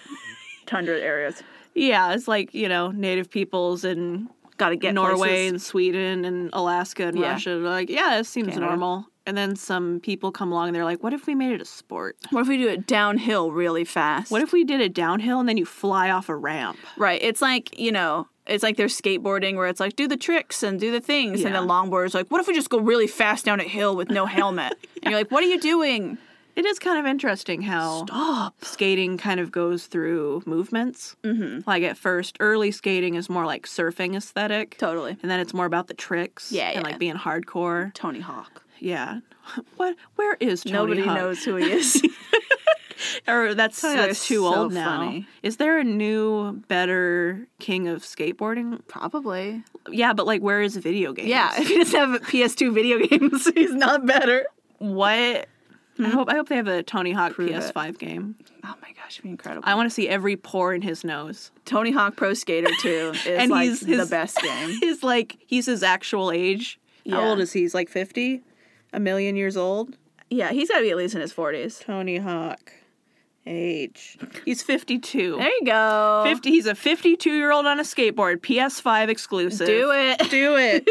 Speaker 1: tundra areas.
Speaker 2: yeah, it's like, you know, native peoples and
Speaker 1: Got to get
Speaker 2: Norway
Speaker 1: places.
Speaker 2: and Sweden and Alaska and
Speaker 1: Yeah.
Speaker 2: Russia. They're like, yeah, it seems
Speaker 1: Canada.
Speaker 2: normal. And then some people come along and they're like, what if we made it a sport?
Speaker 1: What if we do it downhill really fast?
Speaker 2: What if we did it downhill and then you fly off a ramp?
Speaker 1: Right. It's like, you know, it's like there's skateboarding where it's like, do the tricks and do the things. And
Speaker 2: Yeah.
Speaker 1: then longboarders like, what if we just go really fast down a hill with no helmet? And you're like, what are you doing?
Speaker 2: It is kind of interesting how
Speaker 1: Stop.
Speaker 2: skating kind of goes through movements. Mm-hmm. Like at first, early skating is more like surfing aesthetic.
Speaker 1: Totally.
Speaker 2: And then it's more about the tricks
Speaker 1: Yeah, yeah.
Speaker 2: and like being hardcore.
Speaker 1: Tony Hawk.
Speaker 2: Yeah. What? Where is Tony
Speaker 1: Nobody
Speaker 2: Hawk?
Speaker 1: knows who he is.
Speaker 2: Or that's
Speaker 1: Tony
Speaker 2: that's
Speaker 1: Hawk's
Speaker 2: too
Speaker 1: so
Speaker 2: old now.
Speaker 1: funny.
Speaker 2: Is there a new, better king of skateboarding?
Speaker 1: Probably.
Speaker 2: Yeah, but like, where is video games?
Speaker 1: Yeah. If he doesn't have PS2 video games, he's not better.
Speaker 2: What? I hope I hope they have a Tony Hawk
Speaker 1: Hmm? Prove it.
Speaker 2: PS5 game.
Speaker 1: Oh my gosh, it'd be incredible.
Speaker 2: I want to see every pore in his nose.
Speaker 1: Tony Hawk Pro Skater 2 is
Speaker 2: And
Speaker 1: like
Speaker 2: he's-
Speaker 1: the
Speaker 2: his-
Speaker 1: best game.
Speaker 2: He's like he's his actual age.
Speaker 1: Yeah.
Speaker 2: How old is he? He's like fifty, a million years old.
Speaker 1: Yeah, he's got to be at least in his 40s.
Speaker 2: Tony Hawk, age. He's fifty-two.
Speaker 1: There you go.
Speaker 2: Fifty. He's a fifty-two-year-old on a skateboard. PS5 exclusive.
Speaker 1: Do it.
Speaker 2: Do it.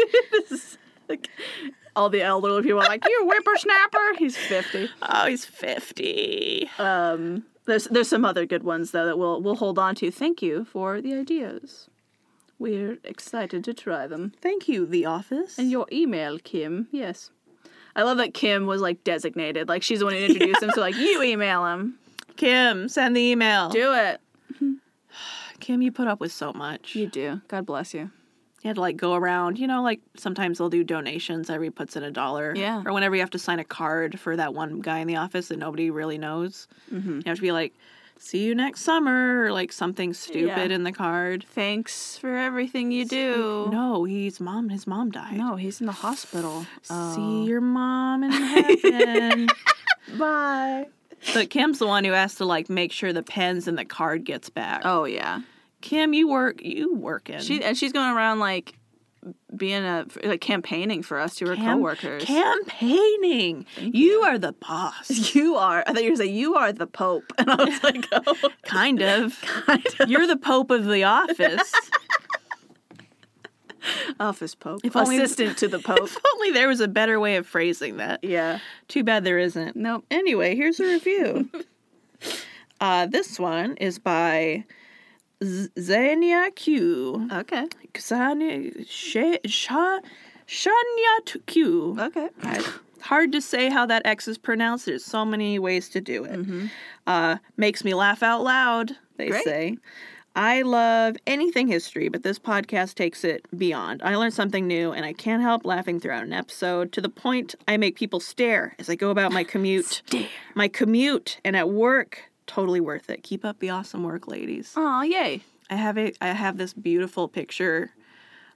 Speaker 1: All the elderly people are like, "You whippersnapper." He's 50.
Speaker 2: oh, he's fifty.
Speaker 1: Um there's there's some other good ones though that we'll we'll hold on to. Thank you for the ideas. We're excited to try them.
Speaker 2: Thank you, The Office.
Speaker 1: And your email, Kim. Yes. I love that Kim was like designated. Like she's the one who introduced him, so like you email him.
Speaker 2: Kim, send the email.
Speaker 1: Do it.
Speaker 2: Kim, you put up with so much.
Speaker 1: You do. God bless you.
Speaker 2: You had to like go around, you know, like sometimes they'll do donations. Everybody puts in a dollar.
Speaker 1: Yeah.
Speaker 2: Or whenever you have to sign a card for that one guy in the office that nobody really knows,
Speaker 1: Mm-hmm.
Speaker 2: you have to be like, see you next summer, or like something stupid
Speaker 1: Yeah.
Speaker 2: in the card.
Speaker 1: Thanks for everything you do.
Speaker 2: No, he's mom. His mom died.
Speaker 1: No, Oh. he's in the hospital. Um,
Speaker 2: See your mom in heaven.
Speaker 1: Bye.
Speaker 2: but Kim's the one who has to like make sure the pens and the card gets back.
Speaker 1: Oh yeah.
Speaker 2: Kim, you work. You working?
Speaker 1: She and she's going around like being a like campaigning for us to her
Speaker 2: Cam-
Speaker 1: coworkers.
Speaker 2: campaigning. you are the boss.
Speaker 1: you are. I thought you were saying you are the Pope, and I was like, oh,
Speaker 2: Kind of. You're the Pope of the office.
Speaker 1: office Pope,
Speaker 2: If only-
Speaker 1: assistant to the Pope.
Speaker 2: if only there was a better way of phrasing that.
Speaker 1: yeah.
Speaker 2: Too bad there isn't.
Speaker 1: Nope.
Speaker 2: Anyway, here's a review. uh, this one is by Z- Zania Q.
Speaker 1: Okay.
Speaker 2: Xania Sh- Sha- Shania T- Q.
Speaker 1: Okay.
Speaker 2: I- hard to say how that X is pronounced. There's so many ways to do it. Uh, makes me laugh out loud, they
Speaker 1: Great.
Speaker 2: say. I love anything history, but this podcast takes it beyond. I learned something new, and I can't help laughing throughout an episode to the point I make people stare as I go about my commute.
Speaker 1: Stare.
Speaker 2: My commute and at work. Totally worth it. Keep up the awesome work, ladies.
Speaker 1: Aw, yay.
Speaker 2: I have a I have this beautiful picture.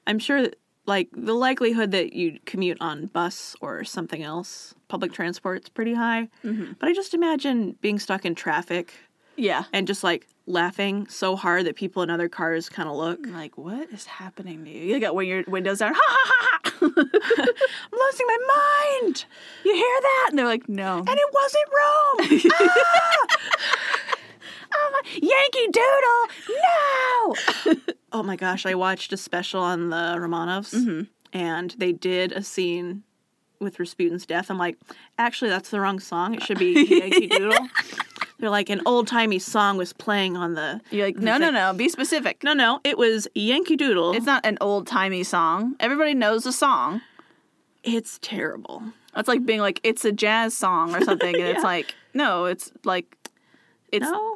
Speaker 2: I'm sure that, like the likelihood that you commute on bus or something else, public transport's pretty high. But I just imagine being stuck in traffic
Speaker 1: Yeah.
Speaker 2: and just like laughing so hard that people in other cars kind of look.
Speaker 1: I'm like, what is happening to you? You got when your windows down. Ha ha ha ha.
Speaker 2: I'm losing my mind.
Speaker 1: you hear that? And they're like, no.
Speaker 2: And it wasn't Rome.
Speaker 1: Yankee Doodle. No.
Speaker 2: oh my gosh, I watched a special on the Romanovs and they did a scene with Rasputin's death. I'm like, actually, that's the wrong song. It should be Yankee Doodle. They're like, an old timey song was playing on the.
Speaker 1: You're like, no, no, no. Be specific.
Speaker 2: No, no, it was Yankee Doodle.
Speaker 1: It's not an old timey song. Everybody knows the song.
Speaker 2: it's terrible.
Speaker 1: That's like being like, it's a jazz song or something. And it's
Speaker 2: Yeah.
Speaker 1: like, no, it's like, it's.
Speaker 2: No.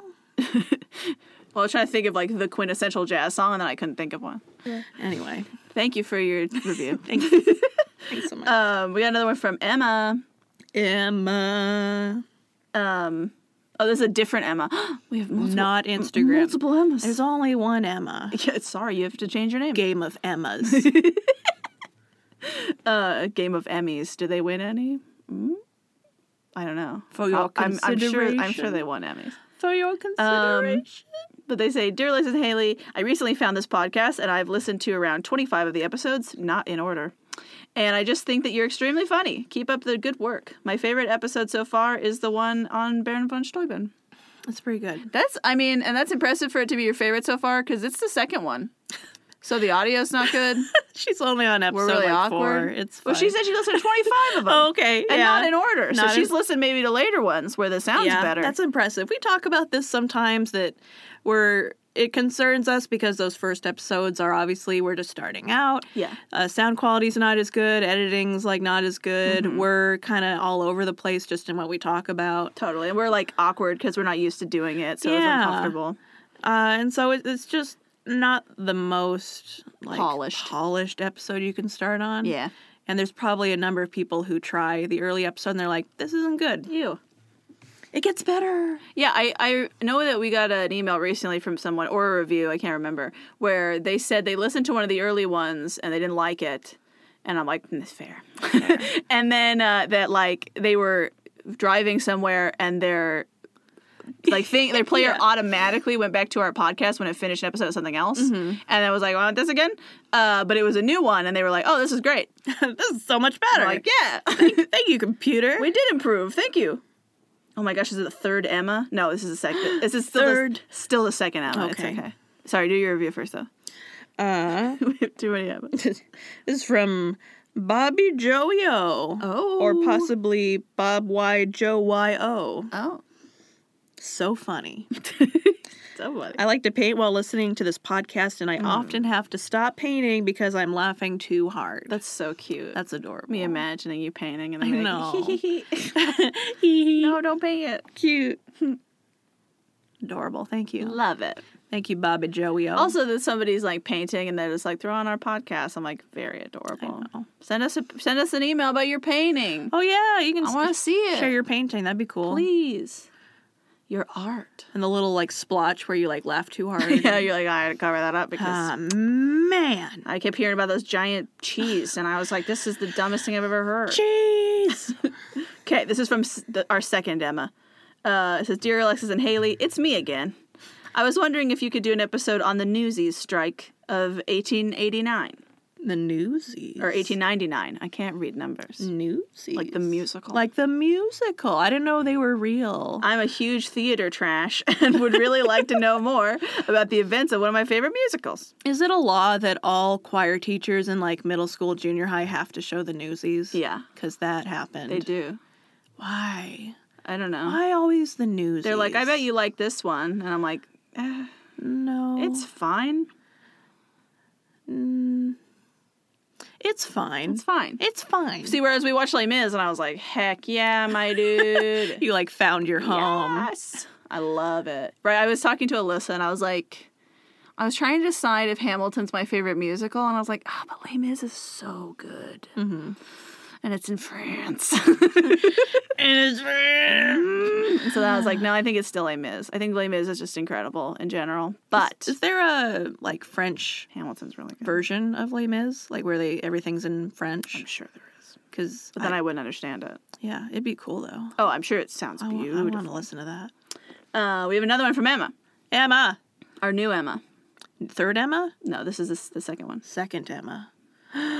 Speaker 1: Well, I was trying to think of like the quintessential jazz song, and then I couldn't think of one.
Speaker 2: Anyway,
Speaker 1: Thank you for your review.
Speaker 2: thanks. thanks so much.
Speaker 1: um, we got another one from Emma.
Speaker 2: Emma.
Speaker 1: Um, oh, this is a different Emma. we have multiple,
Speaker 2: Not Instagram.
Speaker 1: multiple Emmas.
Speaker 2: There's only one Emma.
Speaker 1: Yeah, sorry, you have to change your name.
Speaker 2: Game of Emmas.
Speaker 1: uh, game of Emmys. Did they win any? Mm? I don't know.
Speaker 2: For your
Speaker 1: I'll- I'm, I'm sure. I'm sure
Speaker 2: consideration.
Speaker 1: they won Emmys.
Speaker 2: For your consideration.
Speaker 1: But they say, Dear Liz and Haley, I recently found this podcast and I've listened to around 25 of the episodes, not in order. And I just think that you're extremely funny. Keep up the good work. My favorite episode so far is the one on Baron von Steuben.
Speaker 2: That's pretty good.
Speaker 1: That's, I mean, and that's impressive for it to be your favorite so far because it's the second one. So the audio's not good.
Speaker 2: She's only on episode
Speaker 1: We're really
Speaker 2: like
Speaker 1: awkward.
Speaker 2: four. It's fine.
Speaker 1: Well, she said she listened to 25 of them.
Speaker 2: Oh, okay,
Speaker 1: And
Speaker 2: yeah.
Speaker 1: not in order. so
Speaker 2: Not
Speaker 1: she's
Speaker 2: in-
Speaker 1: listened maybe to later ones where the sound's
Speaker 2: yeah,
Speaker 1: better.
Speaker 2: That's impressive. We talk about this sometimes that we're it concerns us because those first episodes are obviously we're just starting out.
Speaker 1: Yeah.
Speaker 2: Uh, sound quality's not as good. Editing's like not as good.
Speaker 1: Mm-hmm.
Speaker 2: We're kind of all over the place just in what we talk about.
Speaker 1: Totally. And we're like awkward because we're not used to doing it. So
Speaker 2: Yeah.
Speaker 1: it's uncomfortable.
Speaker 2: Uh, and so it, it's just not the most like,
Speaker 1: Polished.
Speaker 2: polished episode you can start on.
Speaker 1: Yeah.
Speaker 2: And there's probably a number of people who try the early episode and they're like, this isn't good.
Speaker 1: You.
Speaker 2: It gets better.
Speaker 1: Yeah, I, I know that we got an email recently from someone or a review, I can't remember, where they said they listened to one of the early ones and they didn't like it. And I'm like, "Mm, that's fair. and then uh, that like they were driving somewhere and their like thing their player
Speaker 2: Yeah.
Speaker 1: automatically went back to our podcast when it finished an episode of something else. And I was like, I want this again. Uh, but it was a new one and they were like, Oh, this is great.
Speaker 2: this is so much
Speaker 1: I'm
Speaker 2: better.
Speaker 1: like, yeah.
Speaker 2: Thank you, computer.
Speaker 1: We did improve. Thank you. Oh my gosh, is it the third Emma? No, this is the second. This is still
Speaker 2: Third.
Speaker 1: The, still the second Emma.
Speaker 2: Okay.
Speaker 1: It's okay. Sorry, do your review first though.
Speaker 2: Uh,
Speaker 1: we have too many Emmas.
Speaker 2: this is from Bobby Joyo.
Speaker 1: Oh.
Speaker 2: Or possibly Bob Y Joe Y O.
Speaker 1: Oh,
Speaker 2: So funny.
Speaker 1: so funny.
Speaker 2: I like to paint while listening to this podcast, and I often have to stop painting because I'm laughing too hard.
Speaker 1: That's so cute.
Speaker 2: That's adorable.
Speaker 1: me imagining you painting and then
Speaker 2: I
Speaker 1: being like,
Speaker 2: know.
Speaker 1: "Hee, hee, hee."
Speaker 2: no.
Speaker 1: no, don't paint it.
Speaker 2: Cute. Adorable. Thank you.
Speaker 1: Love it.
Speaker 2: Thank you, Bobby Joyo.
Speaker 1: Also, that somebody's like painting and they're just like throw on our podcast. I'm like very adorable.
Speaker 2: know.
Speaker 1: Send us a, send us an email about your painting.
Speaker 2: oh yeah, you can
Speaker 1: I
Speaker 2: s-
Speaker 1: want to see it.
Speaker 2: share your painting. That'd be cool.
Speaker 1: Please, your art.
Speaker 2: And the little like splotch where you like laugh too hard.
Speaker 1: Yeah, you're like I gotta cover that up because
Speaker 2: Ah, man.
Speaker 1: I kept hearing about those giant cheese, and I was like, "This is the dumbest thing I've ever heard."
Speaker 2: Jeez.
Speaker 1: Okay, this is from s- the, our second Emma. Uh, it says, "Dear Alexis and Haley, it's me again. I was wondering if you could do an episode on the Newsies strike of 1889
Speaker 2: the newsies.
Speaker 1: or 1899. I can't read
Speaker 2: Mm.
Speaker 1: numbers.
Speaker 2: Newsies.
Speaker 1: Like the musical.
Speaker 2: Like the musical. I didn't know they were real.
Speaker 1: I'm a huge theater trash and would really like to know more about the events of one of my favorite musicals.
Speaker 2: Is it a law that all choir teachers in like middle school, junior high have to show the newsies?
Speaker 1: Yeah,
Speaker 2: Because that happened.
Speaker 1: they do.
Speaker 2: Why?
Speaker 1: I don't know.
Speaker 2: Why always the newsies?
Speaker 1: They're like, "I bet you like this one," and I'm like, eh,
Speaker 2: No.
Speaker 1: "It's fine.
Speaker 2: it's fine.
Speaker 1: It's fine."
Speaker 2: It's fine.
Speaker 1: See, whereas we watched Les Mis, and I was like, heck yeah, my dude.
Speaker 2: you like found your home.
Speaker 1: yes. I love it. Right. I was talking to Alyssa, and I was like, I was trying to decide if Hamilton's my favorite musical, and I was like, ah, but Les Mis is so good.
Speaker 2: Mm-hmm.
Speaker 1: And it's in France.
Speaker 2: And it's
Speaker 1: Mm-hmm. so then I was like, no, I think it's still Les Mis. I think Les Mis is just incredible in general. But
Speaker 2: is there a like French
Speaker 1: Hamilton's really good.
Speaker 2: version of Les Mis, like where they everything's in
Speaker 1: I'm
Speaker 2: French?
Speaker 1: sure there is.
Speaker 2: Because
Speaker 1: But then I, wouldn't understand it.
Speaker 2: yeah, it'd be cool though.
Speaker 1: Oh, I'm sure it sounds
Speaker 2: I
Speaker 1: beautiful.
Speaker 2: want to listen to that.
Speaker 1: Uh, we have another one from Emma,
Speaker 2: Emma,
Speaker 1: our new Emma.
Speaker 2: third Emma,
Speaker 1: No, this is the, the second one.
Speaker 2: second Emma.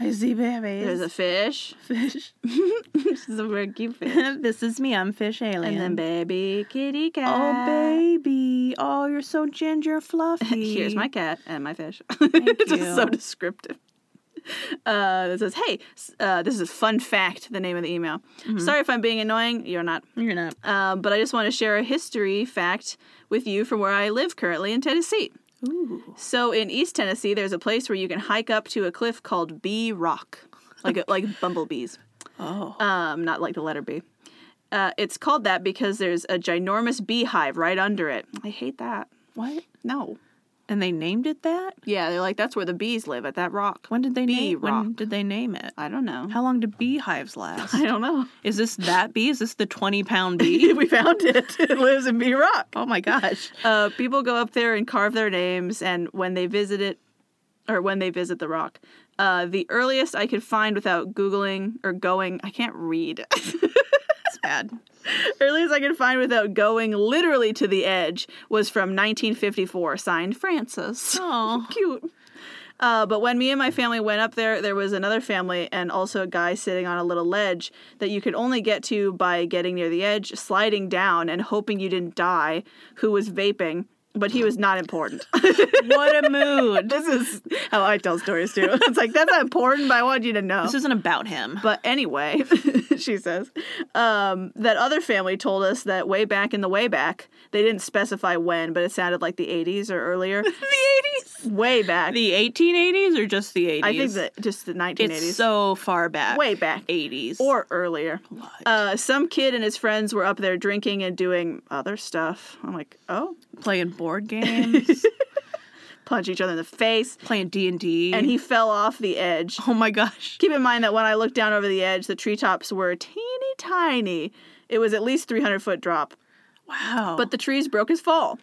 Speaker 2: I see babies.
Speaker 1: There's a fish.
Speaker 2: fish.
Speaker 1: This is a very cute fish.
Speaker 2: this is me. I'm fish alien.
Speaker 1: And then baby kitty cat.
Speaker 2: Oh baby! Oh, you're so ginger fluffy.
Speaker 1: Here's my cat and my fish. it's
Speaker 2: you.
Speaker 1: just so descriptive. Uh, it says, "Hey, s- uh, this is a fun fact." The name of the email. Sorry if I'm being annoying. You're not.
Speaker 2: You're not.
Speaker 1: Um, but I just want to share a history fact with you from where I live currently in Tennessee.
Speaker 2: Ooh.
Speaker 1: So in East Tennessee, there's a place where you can hike up to a cliff called Bee Rock, like like bumblebees.
Speaker 2: Oh.
Speaker 1: Um, not like the letter B. Uh, it's called that because there's a ginormous beehive right under it. I hate that.
Speaker 2: What?
Speaker 1: No.
Speaker 2: And they named it that?
Speaker 1: Yeah, they're like that's where the bees live at that rock.
Speaker 2: When did they
Speaker 1: Bee
Speaker 2: name? When
Speaker 1: rock.
Speaker 2: did they name it?
Speaker 1: I don't know.
Speaker 2: How long do beehives last?
Speaker 1: I don't know.
Speaker 2: Is this that bee? Is this the twenty pound bee?
Speaker 1: we found it. It lives in Bee Rock.
Speaker 2: oh my gosh!
Speaker 1: Uh, people go up there and carve their names, and when they visit it, or when they visit the rock, uh, the earliest I could find without googling or going, I can't read.
Speaker 2: It's bad.
Speaker 1: earliest I could find without going literally to the edge was from 1954, signed Francis.
Speaker 2: Oh.
Speaker 1: cute. Uh, but when me and my family went up there, there was another family and also a guy sitting on a little ledge that you could only get to by getting near the edge, sliding down, and hoping you didn't die, who was vaping, but he was not important.
Speaker 2: What a mood.
Speaker 1: this is how I tell stories too. It's like, that's not important, but I want you to know.
Speaker 2: This isn't about him.
Speaker 1: But anyway, she says, um, that other family told us that way back in the way back, they didn't specify when, but it sounded like the 80s or earlier.
Speaker 2: the 80s.
Speaker 1: way back.
Speaker 2: The 1880s or just the 80s?
Speaker 1: I think that just the 1980s.
Speaker 2: it's so far back.
Speaker 1: way back.
Speaker 2: 80s.
Speaker 1: Or earlier.
Speaker 2: What?
Speaker 1: Uh, some kid and his friends were up there drinking and doing other stuff. I'm like, oh,
Speaker 2: playing board games,
Speaker 1: punch each other in the face.
Speaker 2: playing D and D.
Speaker 1: And he fell off the edge.
Speaker 2: Oh my gosh.
Speaker 1: Keep in mind that when I looked down over the edge, the treetops were teeny tiny. It was at least 300 foot drop.
Speaker 2: Wow.
Speaker 1: but the trees broke his fall.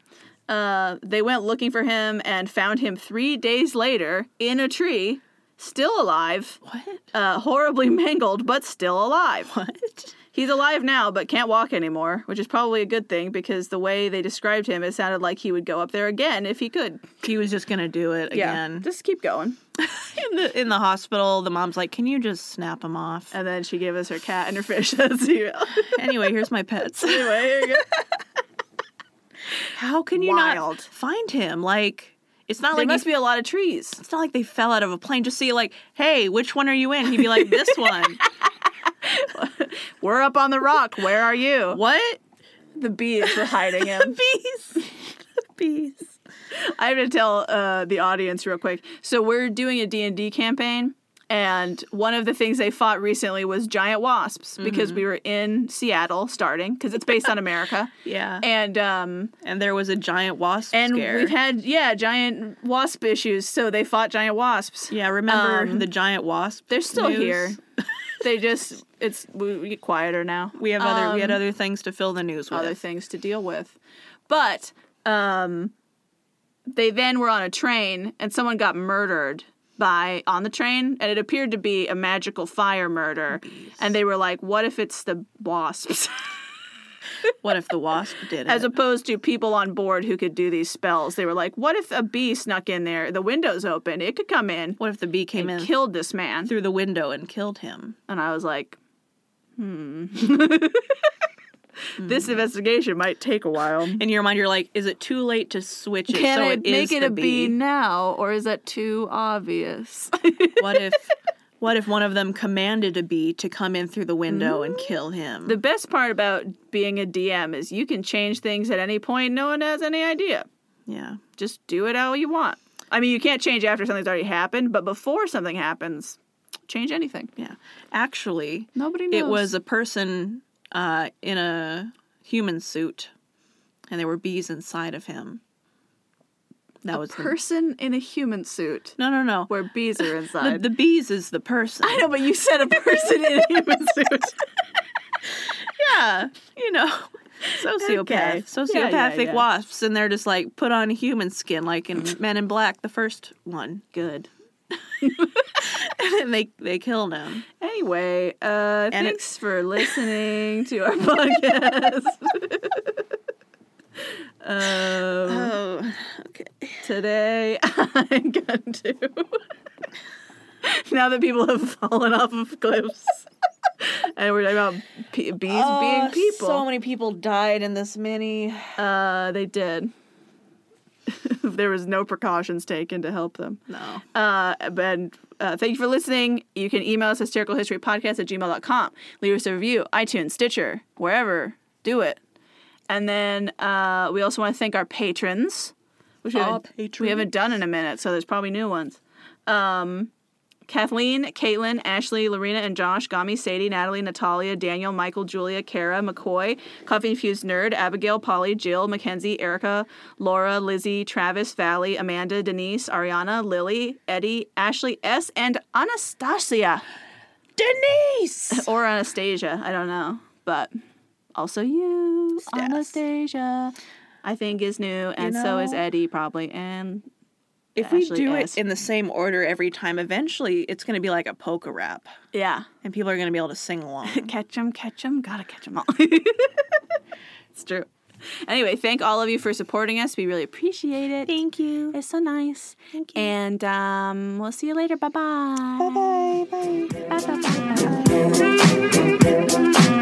Speaker 1: Uh, they went looking for him and found him three days later in a tree, still alive,
Speaker 2: what?
Speaker 1: uh, horribly mangled, but still alive.
Speaker 2: What?
Speaker 1: He's alive now, but can't walk anymore, which is probably a good thing because the way they described him, it sounded like he would go up there again if he could.
Speaker 2: He was just gonna do it
Speaker 1: Yeah,
Speaker 2: again.
Speaker 1: just keep going.
Speaker 2: in the in the hospital, the mom's like, "Can you just snap him off?"
Speaker 1: And then she gave us her cat and her fish. That's the email.
Speaker 2: anyway, here's my pets.
Speaker 1: anyway, here you go.
Speaker 2: How can you
Speaker 1: Wild.
Speaker 2: not find him? Like, it's not
Speaker 1: There
Speaker 2: like
Speaker 1: must
Speaker 2: he-
Speaker 1: be a lot of trees.
Speaker 2: it's not like they fell out of a plane. Just see, like, hey, which one are you in? He'd be like, this one.
Speaker 1: We're up on the rock. Where are you?
Speaker 2: what?
Speaker 1: The bees were hiding him.
Speaker 2: Bees. Bees.
Speaker 1: I have to tell uh, the audience real quick. So we're doing a D&D campaign and one of the things they fought recently was giant wasps because we were in Seattle starting because it's based on America.
Speaker 2: Yeah. And,
Speaker 1: And um
Speaker 2: there was a giant wasp
Speaker 1: and
Speaker 2: scare.
Speaker 1: we've had yeah, giant wasp issues, so they fought giant wasps.
Speaker 2: yeah, remember
Speaker 1: um,
Speaker 2: the giant wasp?
Speaker 1: They're still
Speaker 2: news?
Speaker 1: here. they just it's we, we get quieter now.
Speaker 2: We have other we had
Speaker 1: Um,
Speaker 2: other things to fill the news with.
Speaker 1: other things to deal with. But um, they then were on a train, and someone got murdered by on the train, and it appeared to be a magical fire murder. And they were like, "What if it's the wasps?"
Speaker 2: what if the wasp did it?
Speaker 1: As opposed to people on board who could do these spells, they were like, "What if a bee snuck in there? The window's open; it could come in,
Speaker 2: what if the bee came in
Speaker 1: killed this man."
Speaker 2: through the window and killed him?
Speaker 1: And I was like, "Hmm." This investigation might take a while.
Speaker 2: In your mind, you're like, is it too late to switch it?
Speaker 1: Can
Speaker 2: so
Speaker 1: I
Speaker 2: it is
Speaker 1: make it
Speaker 2: the
Speaker 1: a bee now, or is that too obvious?
Speaker 2: what if what if one of them commanded a bee to come in through the window and kill him?
Speaker 1: Mm. the best part about being a DM is you can change things at any point. No one has any idea.
Speaker 2: yeah.
Speaker 1: Just do it how you want. I mean, you can't change after something's already happened, but before something happens, change anything.
Speaker 2: Yeah. Actually,
Speaker 1: Nobody knows.
Speaker 2: it was a person uh, in a human suit and there were bees inside of him. That
Speaker 1: a
Speaker 2: was the-
Speaker 1: person in a human suit
Speaker 2: No, no, no.
Speaker 1: where bees are
Speaker 2: The,
Speaker 1: inside.
Speaker 2: the bees is the person.
Speaker 1: I know, but you said a person in a human suit.
Speaker 2: Yeah, you know, sociopath,
Speaker 1: Okay.
Speaker 2: sociopathic
Speaker 1: Yeah, yeah, yeah.
Speaker 2: wasps, and they're just like put on human skin, like in Men in Black, the first one. Good. and then they they kill them.
Speaker 1: Anyway, uh,
Speaker 2: And it-
Speaker 1: thanks for listening to our podcast. um,
Speaker 2: Oh, okay.
Speaker 1: today, I'm going to. now that people have fallen off of cliffs, and we're talking about pe- bees being Oh, people,
Speaker 2: Oh, So many people died in this mini.
Speaker 1: uh, they did. there was no precautions taken to help them.
Speaker 2: No.
Speaker 1: Uh, and uh, thank you for listening. You can email us hystericalhistorypodcast at gmail.com. Leave us a review, iTunes, Stitcher, wherever. Do it. And then uh, we also want to thank our patrons, which we
Speaker 2: Our
Speaker 1: haven't, we
Speaker 2: patrons.
Speaker 1: haven't done in a minute, so there's probably new ones. Um, Kathleen, Caitlin, Ashley, Lorena, and Josh, Gami, Sadie, Natalie, Natalia, Daniel, Michael, Julia, Kara, McCoy, Coffee Infused Nerd, Abigail, Polly, Jill, Mackenzie, Erica, Laura, Lizzie, Travis, Valley, Amanda, Denise, Ariana, Lily, Eddie, Ashley S, and Anastasia.
Speaker 2: Denise.
Speaker 1: Or Anastasia, I don't know. But also you,
Speaker 2: Yes.
Speaker 1: Anastasia, I think is new, and so is
Speaker 2: know-
Speaker 1: Eddie probably, and
Speaker 2: If we
Speaker 1: Ashley
Speaker 2: do
Speaker 1: S.
Speaker 2: it in the same order every time, eventually it's going to be like a polka rap,
Speaker 1: yeah.
Speaker 2: and people are going to be able to sing along.
Speaker 1: Catch 'em, catch 'em, gotta catch 'em all. it's true. Anyway, thank all of you for supporting us. We really appreciate it.
Speaker 2: Thank you.
Speaker 1: It's so nice.
Speaker 2: Thank you.
Speaker 1: And um, we'll see you later. Bye-bye.
Speaker 2: Bye bye. Bye.
Speaker 1: Bye-bye. Bye-bye.